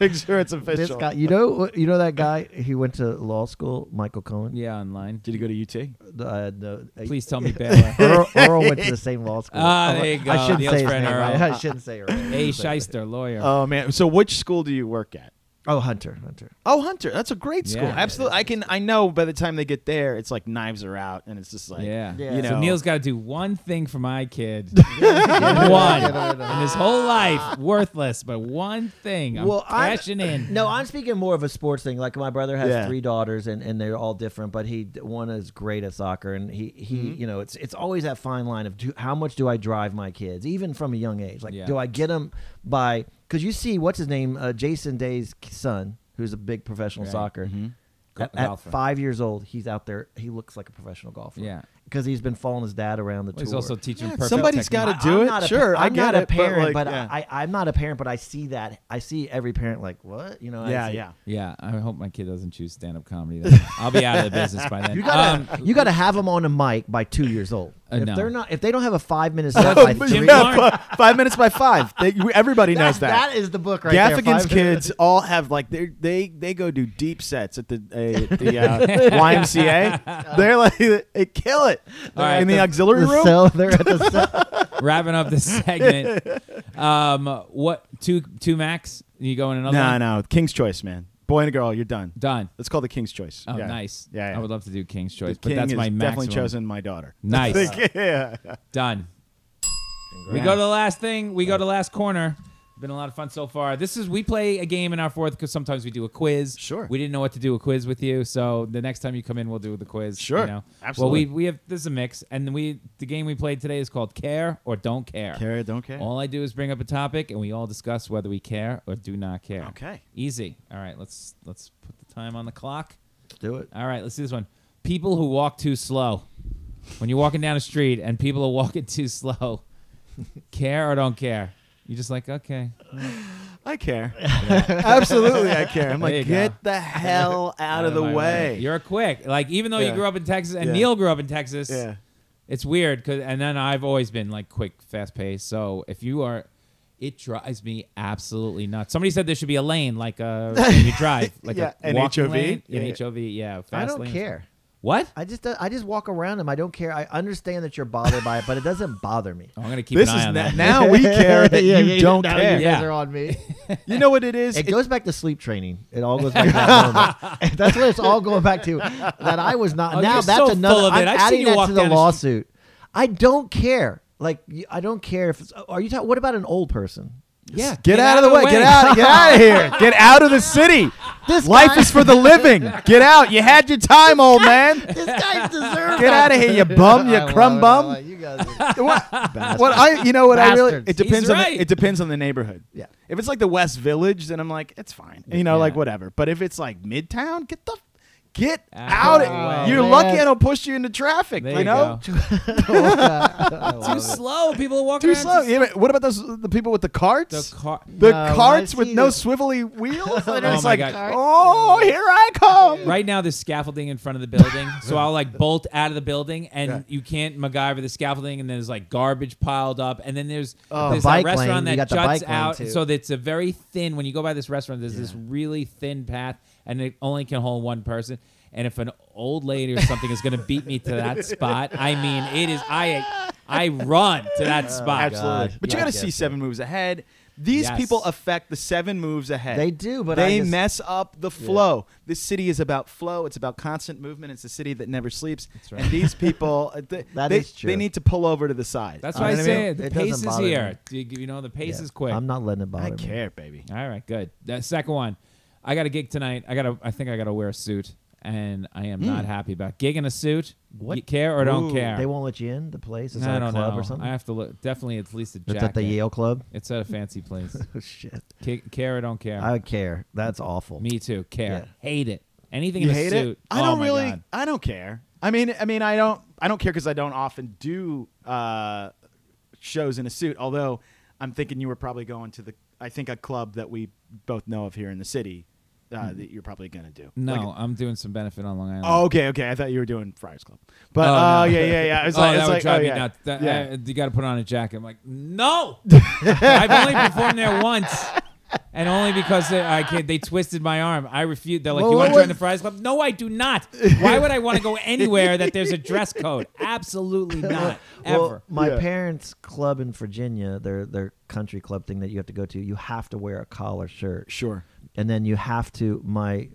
Make sure it's
This
official.
guy, you know, you know that guy. He went to law school, Michael Cohen.
Yeah, online.
Did he go to UT?
The, uh, the- uh,
Please tell me Baylor.
Earl, Earl went to the same law school.
Ah,
I'm
there
like,
you go.
I shouldn't
The
say his
Osprey and
name. Right?
Earl. Uh,
I shouldn't say it. Right.
A Shyster lawyer.
Oh man. So which school do you work at?
Oh, Hunter, Hunter.
Oh, Hunter. That's a great school.
Yeah.
Absolutely. I can. I know. By the time they get there, it's like knives are out, and it's just like
yeah.
Yeah.
You know.
So Neil's got to do one thing for my kid. one. And his whole life worthless, but one thing. I'm
Well, I'm-
cashing in.
No, I'm speaking more of a sports thing. Like my brother has
Yeah.
three daughters, and, and they're all different. But he one is great at soccer, and he he you know it's it's always that fine line of do, how much do I drive my kids, even from a young age. Like
Yeah.
do I get them by because you see what's his name, uh, Jason Day's son, who's a big professional
Right.
soccer.
Go-
At, at
golfer.
five years old, he's out there. He looks like a professional golfer.
Yeah.
because he's been following his dad around the
Well, he's
tour.
also teaching
Yeah,
perfect.
somebody's
technique.
gotta
I-
do
I'm
it.
not a pa-
Sure, I
I'm
get
not
it,
a
but, like,
parent, but,
yeah.
I, I, I'm not a parent, but I see that. I see every parent like, what? You know? I
Yeah.
see-
Yeah.
Yeah, I hope my kid doesn't choose stand up comedy. Then. I'll be out of the business by then. Um,
You gotta, you gotta have them on a mic by two years old.
Uh,
if
no.
they're not, if they don't have a five minute
Oh,
set by
but
three,
Jim
Yeah,
Mark.
fi- five minutes by five. They, you- everybody
That-
knows that.
that is the book right there.
Gaffigan's
five minutes.
kids all have like they they they go do deep sets at the uh, the uh, YMCA. They're like they kill it
All right,
in the,
the-
auxiliary
The
room.
cell, they're at the cell.
Wrapping up this segment. Um, what two two max? You going another?
No,
one?
no, King's Choice, man. Boy and a girl, you're done.
Done.
Let's call the King's Choice.
Oh,
Yeah.
nice.
Yeah, yeah.
I would love to do King's
The
Choice, but
King
that's
has
my
definitely
maximum.
chosen my daughter.
Nice.
yeah.
Done. We go to the last thing. We go to the last corner. Been a lot of fun so far. This is we play a game in our fourth because sometimes we do a quiz.
Sure.
We didn't know what to do a quiz with you, so the next time you come in, we'll do the quiz.
Sure.
You know?
Absolutely.
Well, we we have this is a mix, and we the game we played today is called Care or Don't Care.
Care or Don't Care.
All I do is bring up a topic, and we all discuss whether we care or do not care.
Okay.
Easy. All right. Let's let's put the time on the clock.
Do it.
All right, let's do this one. People who walk too slow. When you're walking down a street and people are walking too slow, care or don't care? You're just like, okay.
I care. Absolutely, I care. I'm
There you
like,
go.
get the hell out of the
my
way.
You're quick. Like, even though you
Yeah.
grew up in Texas and
Yeah.
Neil grew up in Texas,
yeah.
it's weird. Cause, and then I've always been like quick, fast paced. So if you are, it drives me absolutely nuts. Somebody said there should be a lane, like a, you drive, like
Yeah,
a
an
walking
HOV?
lane. An
Yeah.
HOV, yeah. Fast
I don't
lanes.
care.
What?
I just, uh, I just walk around them. I don't care. I understand that you're bothered by it, but it doesn't bother me.
Oh, I'm going to keep
This
an
is
eye
na-
on that.
now we care that
Yeah,
you
yeah,
don't
now
care.
You guys
Yeah.
are on me.
You know what it is?
It
It-
goes back to sleep training. It all goes back to that moment. That's what it's all going back to. That I was not.
Oh,
now
you're
that's
so
another.
full of it.
I'm
I've seen
adding
you
that
walk
to the
down the
lawsuit. I don't care. Like you- I don't care if. It's, are you talking? What about an old person?
Yeah.
Get, out, of the way. Get out. Get out of here. Get out of the city.
This
Life
guy,
is for the living. Get out. You had your time, old man.
This guy's deserved.
Get out of here, you bum, you
I love
crumb
it. I
bum.
like- You guys are bastards.
What I, you know, what I really,
Bastards.
it depends
He's
on,
right.
the, it depends on the neighborhood.
Yeah.
If it's like the West Village, then I'm like, it's fine. You know, like whatever. But if it's like Midtown, get the, get out.
Out of the way.
You're
Man.
lucky I don't push you into traffic.
There
you know,
go. too slow. People are walking
too
around
slow. Yeah, but what about those the people with the carts?
The car.
Oh, The
No,
carts
I
with
see
no
the-
swivelly wheels. They're
Oh
just
my
like,
God.
oh, here I come.
Right now, there's scaffolding in front of the building, so I'll like bolt out of the building, and
Right.
you can't MacGyver the scaffolding, and there's like garbage piled up, and then there's
Oh,
there's
the
a
bike
restaurant
lane,
that
you got the
juts
bike lane,
out,
too.
so it's a very thin. When you go by this restaurant, there's this really thin path, and it only can hold one person. And if an old lady or something is going to beat me to that spot, I mean, it is I I run to
Uh,
that spot.
Absolutely.
God.
But
Yeah,
you got
I
to
guess
see
so.
seven moves ahead. These
Yes.
people affect the seven moves ahead.
They do, but
they
I just-
mess up the flow. This city is about flow. It's about constant movement. It's a city that never sleeps.
right.
And these people, uh, they,
That
they,
is true.
they need to pull over to the side.
That's
You
why I
know what mean?
say it. The
It doesn't
pace is
bother me.
here. You, you know, the pace is quick.
I'm not letting it bother
I
me.
care, baby.
All right, good. That second one, I got a gig tonight. I got to. I think I got to wear a suit, and I am not happy about. Gig in a suit. You care or don't
Ooh,
care?
Hmm. They won't let you in the place. Is
I
that a
don't
club
know.
or something?
I have to look. Definitely, it's at least a
It's
jacket.
at the Yale Club.
It's at a fancy place.
Oh shit!
Ki- care or don't care?
I would care. That's awful.
Me too. Care. Hate it. Anything
you
in a
hate
suit.
it. I
Oh
don't
my
really.
God.
I don't care. I mean, I mean, I don't. I don't care because I don't often do uh, shows in a suit. Although I'm thinking you were probably going to the. I think a club that we both know of here in the city uh, that you're probably going to do.
Mm-hmm. No,
Like-
I'm doing some benefit on Long Island.
oh, okay, okay. I thought you were doing Friars Club. But
Oh,
oh,
no.
yeah, yeah, yeah. It's
oh,
like,
that
it's
would
like,
drive
oh,
me
yeah.
nuts. That-
yeah.
I- you got to put on a jacket. I'm like, no. I've only performed there once, and only because they, I can't, they twisted my arm. I refused. They're like,
Well,
you
what
want to join
was-
the Friars Club? No, I do not. Why would I want to go anywhere that there's a dress code? Absolutely not. ever.
Well, my
Yeah.
parents' club in Virginia, their their country club thing that you have to go to, you have to wear a collar shirt.
sure.
and then you have to my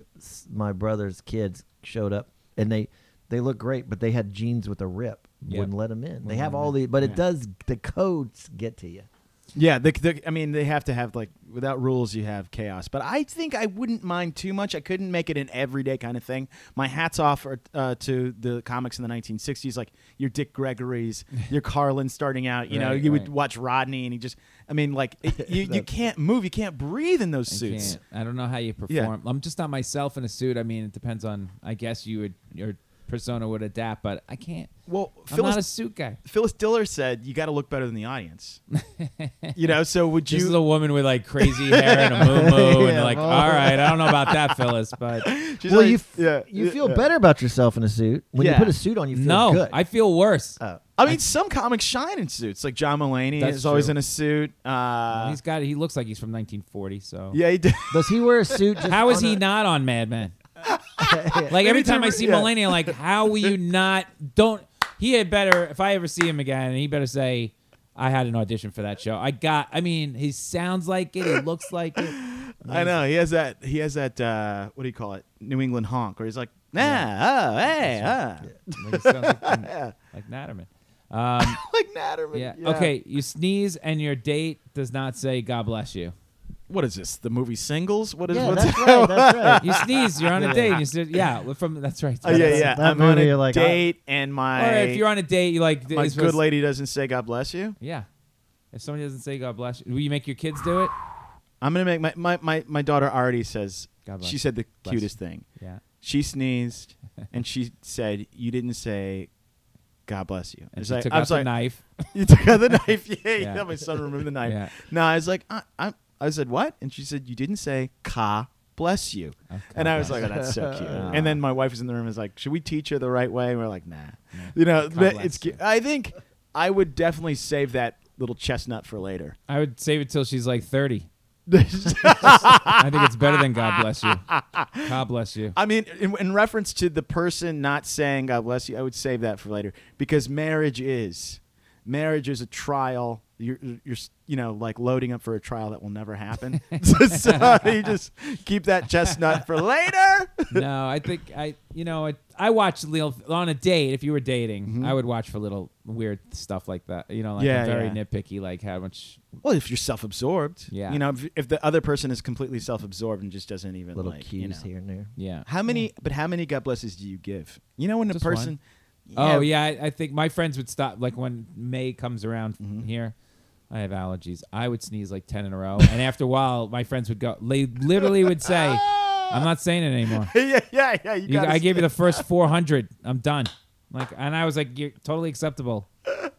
my brother's kids showed up and they they look great but they had jeans with a rip
Yeah.
wouldn't let them in they have all the but it does the codes get to you
Yeah, the, the, I mean, they have to have like without rules, you have chaos. But I think I wouldn't mind too much. I couldn't make it an everyday kind of thing. My hats off are, uh, to the comics in the 1960s, like your Dick Gregory's, your Carlin starting out. You know,
Right,
you
right.
would watch Rodney, and he just, I mean, like it, you, you can't move, you can't breathe in those
I
suits.
can't. I don't know how you perform. I'm just not myself in a suit. I mean, it depends on. I guess you would your persona would adapt, but I can't.
Well,
I'm
Phyllis,
not a suit guy.
Phyllis Diller said you got to look better than the audience. you know, so would
This is
you?
a woman with like crazy hair and a moo moo, and
Yeah,
like,
well-
all right, I don't know about that, Phyllis, but
she's
well
like-
you f-
yeah,
you
yeah,
feel
yeah.
better about yourself in a suit when
Yeah.
you put a suit on you feel
no,
good
I feel worse.
Oh.
I mean, some comics shine in suits. Like John Mulaney
That's
is always
true.
in a suit. Uh,
he's got. He looks like he's from 1940. So
yeah, he did.
does he wear a suit just
how is
on
he
a-
not on Mad Men? like every time I see
yeah.
Mulaney, I'm like, how will you not? Don't he had better if I ever see him again, he better say. I had an audition for that show. I got. I mean, he sounds like it. He looks like it.
I know he has that. He has that. Uh, what do you call it? New England honk, where he's like, Nah, oh, hey, uh.
Like, it sounds like, like Natterman. Um,
like Natterman.
yeah. Okay. You sneeze and your date does not say "God bless you."
What is this? The movie Singles? What is?
yeah
what's
that's right that's right
You sneeze. You're on a date. And you say, yeah. well, From that's right.
Oh, yeah,
that's-
yeah.
that
I'm on
movie,
a
you're like,
date, and my
Or if you're on a date, you like
my
it's
good
supposed-
lady doesn't say God bless you.
Yeah. If somebody doesn't say "God bless you," will you make your kids do it?
I'm gonna make my my my, my daughter already says.
God bless
She said the
Bless you.
cutest thing.
Yeah.
She sneezed, and she said, "You didn't say." God bless you.
And
It's
she
like-
took
I
out
was
the
like,
knife.
You took out the knife. Yeah, you
Yeah.
got my son removed the knife.
Yeah.
No, I was like, I, I, I said what? And she said, you didn't say "ka bless you." and I was like, oh, that's so cute.
Ah.
and then my wife was in the room. and was like, should we teach her the right way? And we're like, nah. You know, but
bless
it's.
you.
cute. I think I would definitely save that little chestnut for later.
I would save it till she's like 30. I think it's better than "God bless you." God bless you.
I mean, in, in reference to the person not saying "God bless you," I would save that for later because marriage is marriage is a trial. You're you're you know like loading up for a trial that will never happen. so you just keep that chestnut for later.
no, I think I, you know, I, I watch little on a date. If you were dating, I would watch for little weird stuff like that. You know, like
Mm-hmm. Yeah,
I'm very
yeah.
nitpicky, like how much.
Well, if you're self-absorbed,
Yeah.
You know, if, if the other person is completely self-absorbed and just doesn't even
little
like, you
cues
know.
here and there
Yeah.
How many? But how many God blesses do you give? You know, when a
Just one.
person.
Oh yeah, I, I think my friends would stop like when May comes around
Mm-hmm.
here. I have allergies. I would sneeze like ten in a row, and after a while, my friends would go. They literally would say, "I'm not saying it anymore.
Yeah, yeah, yeah. You
You,
gotta
I gave you the first 400. I'm done." Like, and I was like, "You're totally acceptable.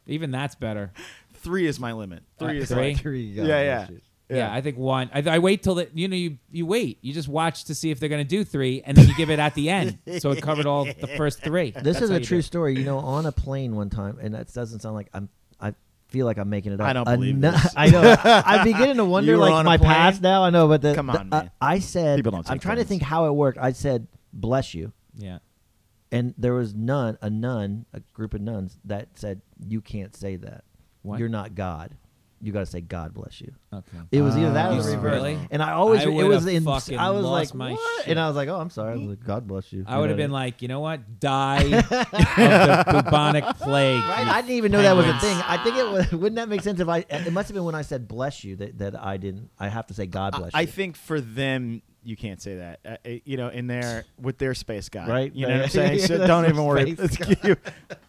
Even that's better."
three is my limit. Three
Uh,
is
three?
like- Yeah, yeah.
Yeah, I think one. I, I wait till the, you know you you wait. You just watch to see if they're gonna do three, and then you give it at the end, so it covered all the first three.
this
That's
is
how
a
you
true
do it.
story. You know, on a plane one time, and that doesn't sound like I'm. I feel like I'm making it up.
I don't believe
Ano-
this.
I know. I'm beginning to wonder,
You were
like
on a
my
plane?
past now. I know, but the,
Come
the-
on,
uh,
man.
I said.
People don't
I'm
take
trying to
planes.
think how it worked. I said, "Bless you,"
Yeah.
and there was none, a nun, a group of nuns that said, "You can't say that.
What?
You're not God. You got to say God bless you."
Okay.
It was either that
Oh,
You
or the reverse.
really?
And I always,
I
it
would've
was in.
fucking
I was
lost
like,
my
"What?"
shit.
And I was like, "Oh, I'm sorry." I was like, "God bless you."
I
You
would have
know,
been like, you know what? Die of the bubonic plague.
Right?
you
I didn't even know that was a
penguins.
thing. I think it was. Wouldn't that make sense if I? It must have been when I said "bless you" that, that I didn't. I have to say "God bless
I
you."
think for them, you can't say that. Uh, it- you know, in there with their space guy,
Right,
You know what I'm saying?
right.
So don't even worry.
Space
It's- you-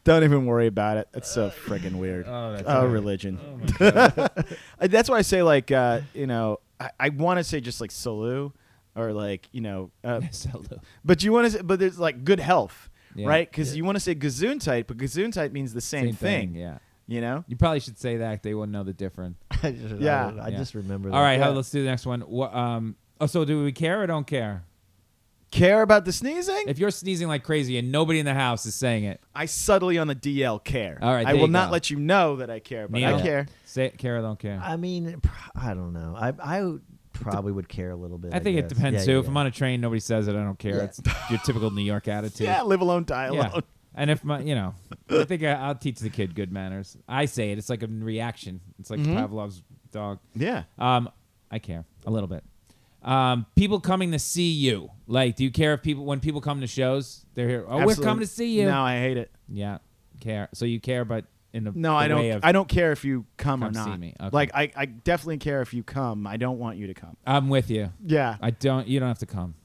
don't even worry about it. That's so friggin' weird.
Oh, that's
Oh,
right.
religion. Uh, that's why I say like uh, you know I, I want to say just like Salu or like you know uh,
Salute.
but you want to say but there's like good health
Yeah.
right because you want to say Gesundheit but Gesundheit means the same, thing,
Yeah.
you know
You probably should say that. They wouldn't know the difference.
I just,
Yeah.
I, I
Yeah.
just remember.
All right,
that.
how- let's do the next one. What, um, oh, so do we care or don't care?
care about the sneezing
If you're sneezing like crazy and nobody in the house is saying it,
I subtly on the DL care
All right,
I
there
will
you
not
go.
let you know that I care but
Neil,
I care
Say it, care or don't care.
I mean, pr- I don't know. I I probably would care a little bit.
I think it
guess.
depends
Yeah,
too.
yeah,
If I'm on a train, nobody says it. I don't care.
Yeah.
It's your typical New York attitude.
yeah live alone die
Yeah.
alone
And if my, you know, I think I, I'll teach the kid good manners. I say it. It's like a reaction. It's like Pavlov's dog.
yeah.
Um, I care a little bit. Um, people coming to see you. Like, do you care if people when people come to shows? They're here. Oh,
Absolutely.
we're coming to see you.
No, I hate it.
Yeah, care. So you care, but in the
No,
the
I
Way
don't.
of,
I don't care if you come, or
Come see
not.
me. Okay.
Like I, I definitely care if you come. I don't want you to come.
I'm with you.
Yeah.
I don't. You don't have to come.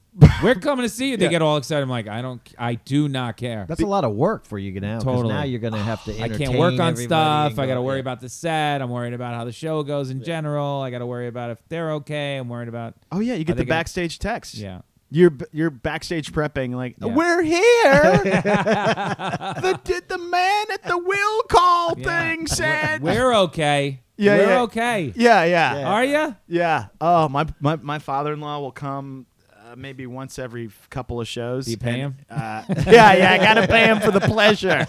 we're coming to see you. They
Yeah.
get all excited. I'm like, I don't. I do not care.
That's a lot of work for you now. Because
Totally.
now you're gonna have to.
I can't
entertain
work on
everybody
stuff.
and
I got to
go-
worry
yeah.
about the set. I'm worried about how the show goes in general. I got to worry about if they're okay. I'm worried about
oh yeah, you
I
get the
think I-
backstage text.
yeah.
You're b- you're backstage prepping like
Yeah.
we're here. the d- the man at the will call
Yeah.
thing said.
We're okay.
Yeah,
we're
yeah.
okay.
yeah, yeah, yeah,
Are you?
Oh, my my, my father in law will come. Uh, maybe once every f- couple of shows.
Do you pay him?
Uh, yeah, yeah, I gotta pay him for the pleasure.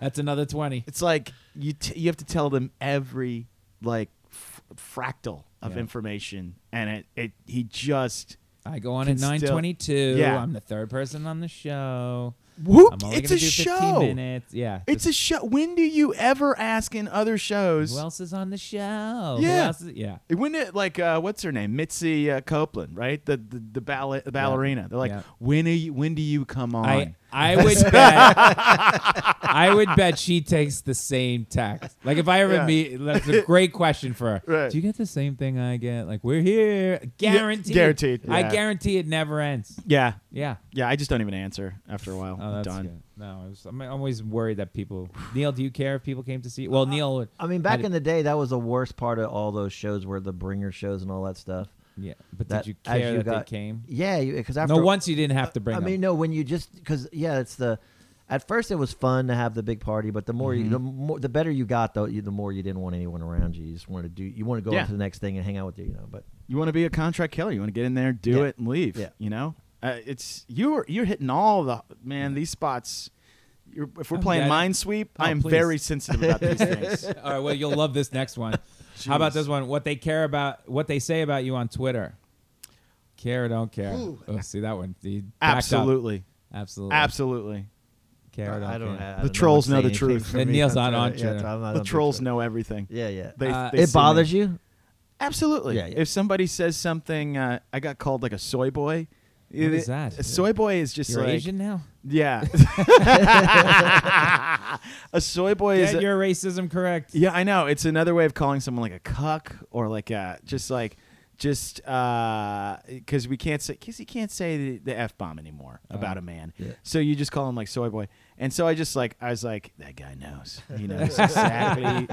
That's another twenty.
it's like you t- you have to tell them every like f- fractal of
Yeah.
information, and it it he just
I go on
Can
at
still-
nine twenty-two.
Yeah.
I'm the third person on the show.
whoop.
I'm only
It's
gonna
a
do 15
show.
Minutes. Yeah.
It's a show. When do you ever ask in other shows?
Who else is on the show? Who
Yeah.
else is- yeah.
when it like uh, what's her name, Mitzi uh, Copeland, right? The the, the, ballet, the ballerina. They're like,
Yeah.
when are you? When do you come on?
I I would bet I would bet she takes the same tax. Like if I ever
Yeah.
meet, that's a great question for her.
Right.
Do you get the same thing I get? Like we're here, guaranteed.
guaranteed,
I
yeah.
guarantee it never ends.
yeah,
Yeah.
yeah. I just don't even answer after a while.
Oh, that's
Done.
good. No, I was, I'm I'm always worried that people. Neil, do you care if people came to see? Well, Neil would.
Uh, I mean, back in the day, that was the worst part of all those shows, were the bringer shows and all that stuff.
yeah, but
That,
did you
as
care that
got-
they came?
Yeah, because after
No, once you didn't have to bring.
I mean,
them.
no, when you just because yeah, it's the. At first, it was fun to have the big party, but the more you, the
Mm-hmm.
more, the better you got, though, you, the more you didn't want anyone around you. You just wanted to do, you want to go
Yeah.
on to the next thing and hang out with you, you know. But
You want to be a contract killer. You want to get in there, do
Yeah.
it, and leave.
Yeah.
You know, uh, it's you're you're hitting all the man. These spots. You're, if we're
Oh,
playing
yeah.
Minesweep,
Oh,
I am
please.
very sensitive about these things.
All right. Well, you'll love this next one. How about this one? What they care about, what they say about you on Twitter. Care or don't care? Oh, see that one. You backed up.
Absolutely,
Absolutely.
absolutely.
Care or don't
I don't,
care.
I
The
don't
trolls
what's
know the
saying anything
truth.
for
And
me
Neil's
on
not on
Twitter. Yeah,
Twitter.
I'm not
The
on
trolls
Twitter.
know everything.
Yeah, yeah.
They,
Uh,
they
it
see
bothers
me.
you.
Absolutely.
Yeah, yeah.
If somebody says something, uh, I got called like a soy boy. It-
is that?
A soy boy is just
You're
like
Asian now?
yeah. a soy boy is
Get
a-
your racism correct.
Yeah, I know. It's another way of calling someone like a cuck or like a just like just because we can't say because you can't say the, the f bomb anymore about
Oh,
a man. So you just call him like soy boy. And so I just like I was like that guy knows. He knows exactly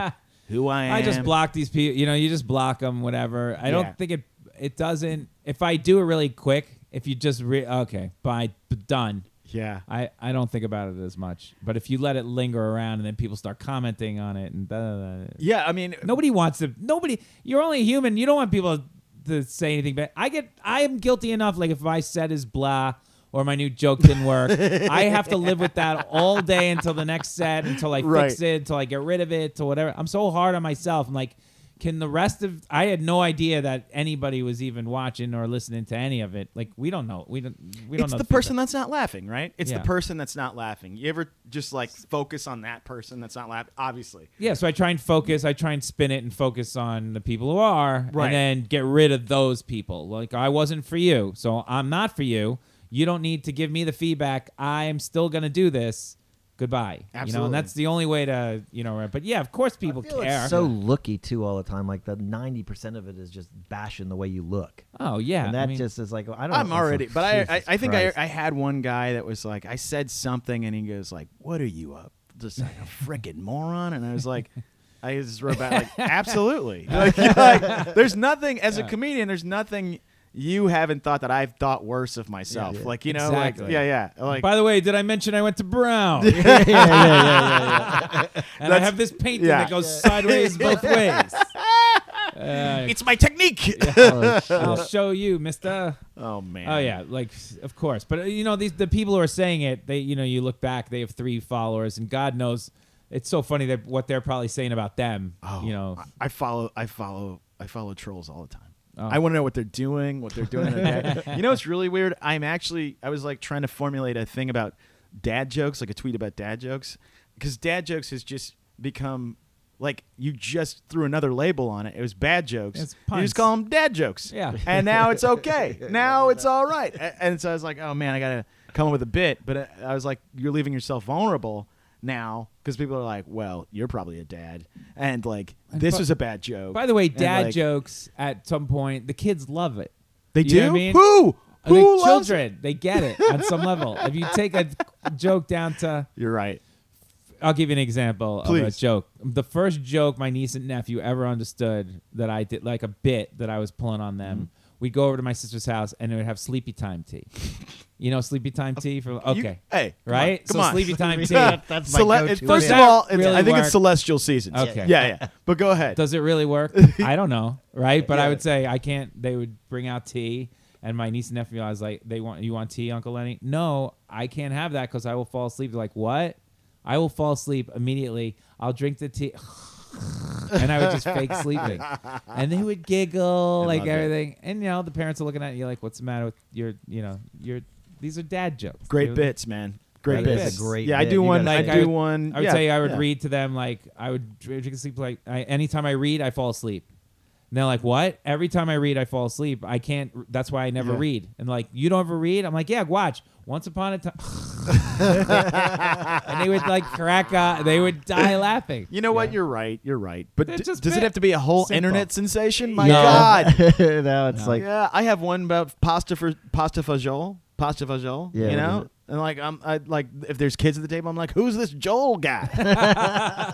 who I am.
I just block these people. You know, you just block them, whatever. I
Yeah.
don't think it it doesn't. If I do it really quick, if you just re okay, bye, b- done.
Yeah.
I, I don't think about it as much. But if you let it linger around and then people start commenting on it and da, da, da,
Yeah. I mean,
Nobody wants to. Nobody. You're only human. You don't want people to say anything bad. I get. I am guilty enough. Like if my set is blah or my new joke didn't work, I have to live with that all day until the next set, until I
Right.
fix it, until I get rid of it, to whatever. I'm so hard on myself. I'm like, can the rest of? I had no idea that anybody was even watching or listening to any of it. Like we don't know. We don't. We don't
it's
know
the person that's not laughing, right? It's
Yeah.
the person that's not laughing. You ever just like focus on that person that's not laughing? Obviously.
Yeah, so I try and focus. I try and spin it and focus on the people who are,
Right.
and then get rid of those people. Like I wasn't for you, so I'm not for you. You don't need to give me the feedback. I'm still gonna do this. Goodbye. You know,
Absolutely.
and that's the only way to you know. But yeah, of course, people
I feel
care.
It's so looky too all the time. Like the ninety percent of it is just bashing the way you look,
oh yeah,
and
I
that
mean-
just is like I don't.
I'm already, but I, I,
Jesus
I think I,
Christ.
I had one guy that was like, I said something, and he goes like, "What are you up? Just like a freaking moron." And I was like, I just wrote back like, "Absolutely." Like, you're like, there's nothing as a comedian. There's nothing you haven't thought that I've thought worse of myself.
yeah.
Like you know, like
Exactly.
yeah, yeah. Like
By the way, did I mention I went to Brown? And I
That's-
have this painting
yeah.
that goes sideways both ways. Uh,
it's my technique.
Oh, shit.
I'll show you, Mister.
oh man.
Oh yeah, like of course. But uh, you know these the people who are saying it. They you know you look back, they have three followers, and God knows it's so funny that what they're probably saying about them.
Oh,
you know,
I, I follow, I follow, I follow trolls all the time.
Oh.
I want to know what they're doing, what they're doing. in their day. you know, it's really weird. I'm actually, I was like trying to formulate a thing about dad jokes, like a tweet about dad jokes, because dad jokes has just become like you just threw another label on it. It was bad jokes.
It's
you
puns.
just call them dad jokes.
Yeah.
and now it's okay. now it's all right. A- And so I was like, oh man, I gotta come up with a bit. But uh, I- I was like, you're leaving yourself vulnerable now because people are like, well, you're probably a dad, and like this
bu-
was a bad joke.
By the way,
And,
dad
like,
jokes at some point, the kids love it.
They
You know
do.
what I mean?
Who?
I think
Who loves
children, they get it on some level. If you take a joke down to,
It? You're right.
I'll give you an example of a
Please.
joke. The first joke my niece and nephew ever understood that I did, like a bit that I was pulling on them.
Mm-hmm.
We'd go over to my sister's house and they would have sleepy time tea. You know, sleepy time tea for
You-
okay,
hey, come
right?
on,
so
come on.
sleepy time tea.
that's my go-to
it's- first of
answer.
all, it's,
Really
I think
work.
it's celestial seasons.
Okay.
Yeah, yeah. But go ahead.
Does it really work? I don't know, right? But I would say I can't. They would bring out tea, and my niece and nephew. I was like, "They want you want tea, Uncle Lenny?" No, I can't have that because I will fall asleep. They're like, "What?" I will fall asleep immediately. I'll drink the tea, and I would just fake sleeping, and they would giggle
I
like
love it.
everything. And you know, the parents are looking at you like, "What's the matter with your? You know, your these are dad jokes."
great
They would-
bits, man. Great
That is
bits.
a
great
yeah, I
bit.
do
You
one.
gotta
I
say
do
it.
one.
I would
yeah,
say I would
yeah.
read to them like I would dr- drink and sleep like I, anytime I read I fall asleep. And they're like, "What? Every time I read I fall asleep. I can't. r- That's why I never
Yeah.
read." And like, "You don't ever read?" I'm like, "Yeah, watch. Once upon a time." and they would like crack up. They would die laughing.
You know what? You're right. You're right. But
They're
d-
just
does it
bit-
have to be a whole
simple.
internet sensation? My
No.
God.
now it's like
yeah, I have one about pasta for pasta fagioli, pasta fagioli.
Yeah,
you
what is
know,
it?
and like I'm I, like if there's kids at the table, I'm like, who's this Joel guy?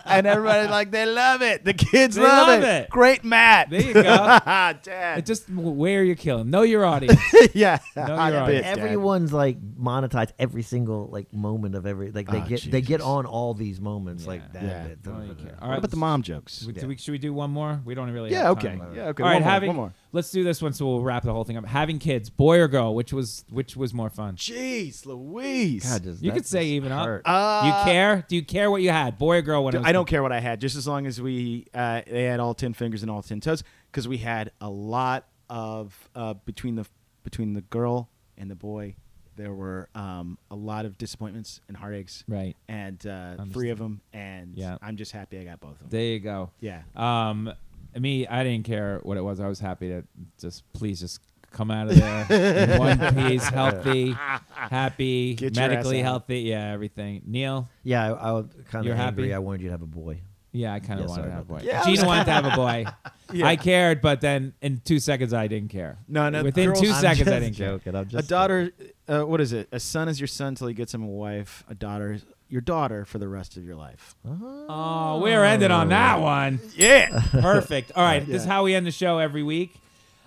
and everybody's like, they love it. The kids
They
love,
love
it.
it.
Great Matt.
There you go.
Dad.
It just where you're killing. Know your audience.
yeah.
No, you're
I
right.
bet, Dad.
everyone's like monetized every single like moment of every like they
Oh,
get they get
Jesus.
on all these moments like that.
Yeah.
bit.
Don't really care. All
What
right.
about the mom jokes?
We- do we- should we do one more? We don't really.
Yeah.
have
Okay.
time.
Yeah. Okay.
All
one
right,
more,
having
one more.
let's do this one so we'll wrap the whole thing up. Having kids, boy or girl, which was which was more fun?
Jeez, Louise.
God, does
You
that
could say
just
even
hurt.
up. Do you care? Do you care what you had, boy or girl? When it was
Uh, I don't care what I had, just as long as we uh, they had all ten fingers and all ten toes, because we had a lot of uh, between the between the girl and the boy, there were um, a lot of disappointments and heartaches,
Right.
And uh, three of them, and
Yeah.
I'm just happy I got both of them.
There you go.
yeah,
Um, me, I didn't care what it was. I was happy to just please just come out of there in one piece, healthy, happy,
Get your ass
medically
out.
healthy. Yeah, everything. Neil.
Yeah, I, I was kind
You're
of angry.
happy?
I wanted you to have a boy.
Yeah, I kind of
Yeah,
wanted
sorry
to have a
about
that.
boy.
Yeah, I
Gina
was-
wanted to have a boy.
Yeah.
I cared, but then in two seconds I didn't care.
No, no,
Within
girls-
two
I'm
seconds I
just
didn't care.
joking. I'm
a
just
daughter. Uh, what is it? A son is your son till he gets him a wife. A daughter, your daughter for the rest of your life.
Oh, we're ending on that one.
Yeah.
Perfect. All right, this is
Yeah.
how we end the show every week.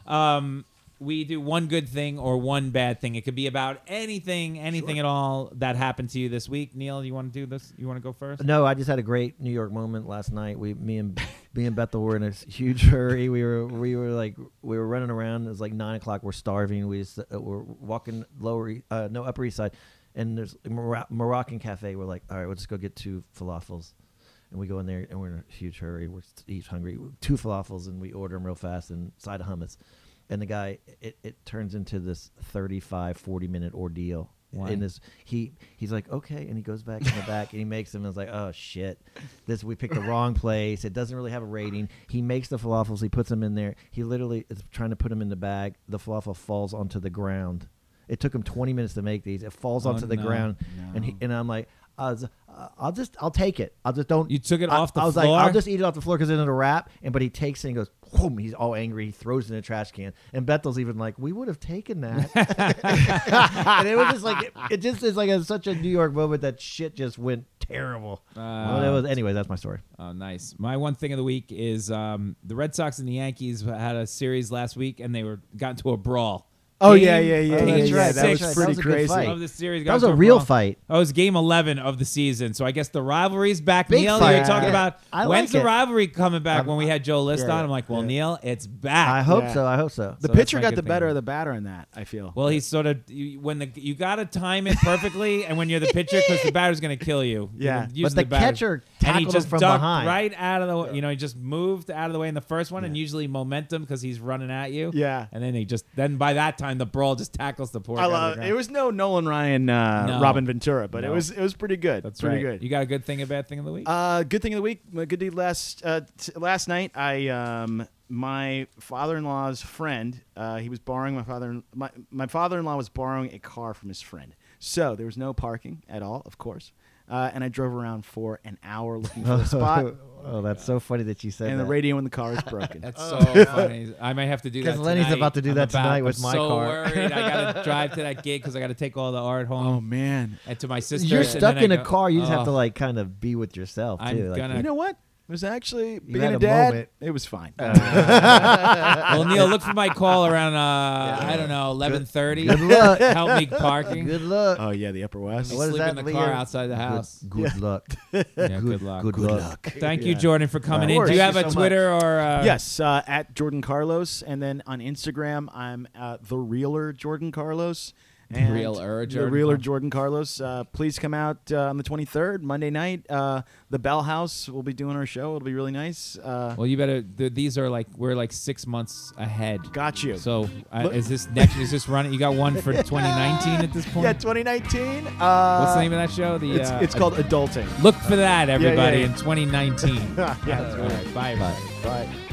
Um, we do one good thing or one bad thing. It could be about anything, anything at all that happened to you this week. Neil, you want to do this? You want to go
Uh,
first?
No, I just had a great New York moment last night. We, me and me and Bethel were in a huge hurry. We were we were like we were running around. It was like nine o'clock. We're starving. We just, uh, we're walking lower E- uh, no Upper East Side, and there's a Mora- Moroccan cafe. We're like, all right, we'll just go get two falafels, and we go in there and we're in a huge hurry. We're s- each hungry. Two falafels and we order them real fast and side of hummus, and the guy it, it turns into this 35, 40 minute ordeal.
Why?
In this this- he he's like okay and he goes back in the back and he makes them and it's like oh shit this we picked the wrong place it doesn't really have a rating he makes the falafels he puts them in there he literally is trying to put them in the bag the falafel falls onto the ground it took him 20 minutes to make these it falls
Oh,
onto the
no.
ground and he and i'm like I was, uh, I'll just, I'll take it. I'll just don't.
You took it
I-
off the
I was
floor?
like, I'll just eat it off the floor because it's in a wrap. And but he takes it and goes, boom. He's all angry. He throws it in a trash can. And Bethel's even like, we would have taken that. and it was just like, it, it just is like a, such a New York moment that shit just went terrible. Well, it was anyway. That's my story.
Oh, nice. My one thing of the week is um, the Red Sox and the Yankees had a series last week, and they were got into a brawl.
Oh,
Game-
yeah, yeah, yeah.
game
that's right.
six
That was pretty
of the-
crazy. fight.
Of the series,
That
got
was
into
a real
brawl.
fight.
Oh, it was game eleven of the season. So I guess the rivalry's back.
Big
Neil,
fight.
you're talking
Yeah.
about
I
when's
like
the
it.
rivalry coming back? when we had Joe List
yeah,
on, I'm like, well,
yeah.
Neil, it's back.
I hope
Yeah.
so. I hope so.
The
So that's
pitcher
my
got
good
the
thing
better
about
of the batter in that. I feel.
Well, he's sort of you, when the you got to time it perfectly, and when you're the pitcher, because the batter's going to kill you. You're
Yeah.
using
But the
batter.
catcher
and he
tackled him
just
from
ducked
behind.
right out of the. You know, he just moved out of the way in the first one, and usually momentum because he's running at you.
Yeah.
and then he just then by that time the brawl just tackles the poor.
I
guy to the
love
ground.
it. Was no Nolan Ryan, uh,
No.
Robin Ventura, but it
No.
was it was pretty good.
That's
pretty
right.
good.
You got a good thing, a bad thing of the week.
Uh, good thing of the week. My good deed last uh, t- last night. I um, my father-in-law's friend. Uh, he was borrowing my father. My my father-in-law was borrowing a car from his friend. So there was no parking at all, of course. Uh, and I drove around for an hour looking for a spot,
oh, that's so funny that you said
and
that.
the radio in the car is broken.
That's so funny. I might have to do that.
'Cause Lenny's
tonight.
about to do
I'm
that
about-
tonight with
I'm
my
so
car.
Worried. I got to drive to that gig because I got to take all the art
oh
home
man!
and to my sister.
You're stuck in a car. You just
Oh.
have to like kind of be with yourself too.
I'm
like,
gonna-
You know what? It was actually being
had
a
a
dad.
moment. Uh,
It was fine.
well, Neil, look for my call around uh, I don't know, eleven thirty.
Good luck.
Help me parking.
Good luck.
oh yeah, the Upper West.
What is
sleep
that,
in the car
Leo?
outside the house.
Good, good luck.
Yeah, good, luck.
Good, luck.
Thank you, Jordan, for coming
Of
in. Do
course.
you have
Thank
a
you so
Twitter or uh,
Yes, uh, at Jordan Carlos, and then on Instagram, I'm uh, the Realer Jordan Carlos. And
Realer
the
Jordan
Realer
Carlos.
Jordan Carlos. Uh, please come out uh, on the 23rd, Monday night. Uh, the Bell House will be doing our show. It'll be really nice. Uh,
Well, you better. Th- these are like we're like six months ahead.
got you.
So uh,
Look-
is this next? Is this running? You got one for 2019 at this point.
yeah, 2019. Uh,
What's the name of that show? The
It's,
uh,
it's called Adulting.
Look for that,
yeah,
everybody,
yeah.
in 2019.
yeah, that's
All right, bye, everybody.
right.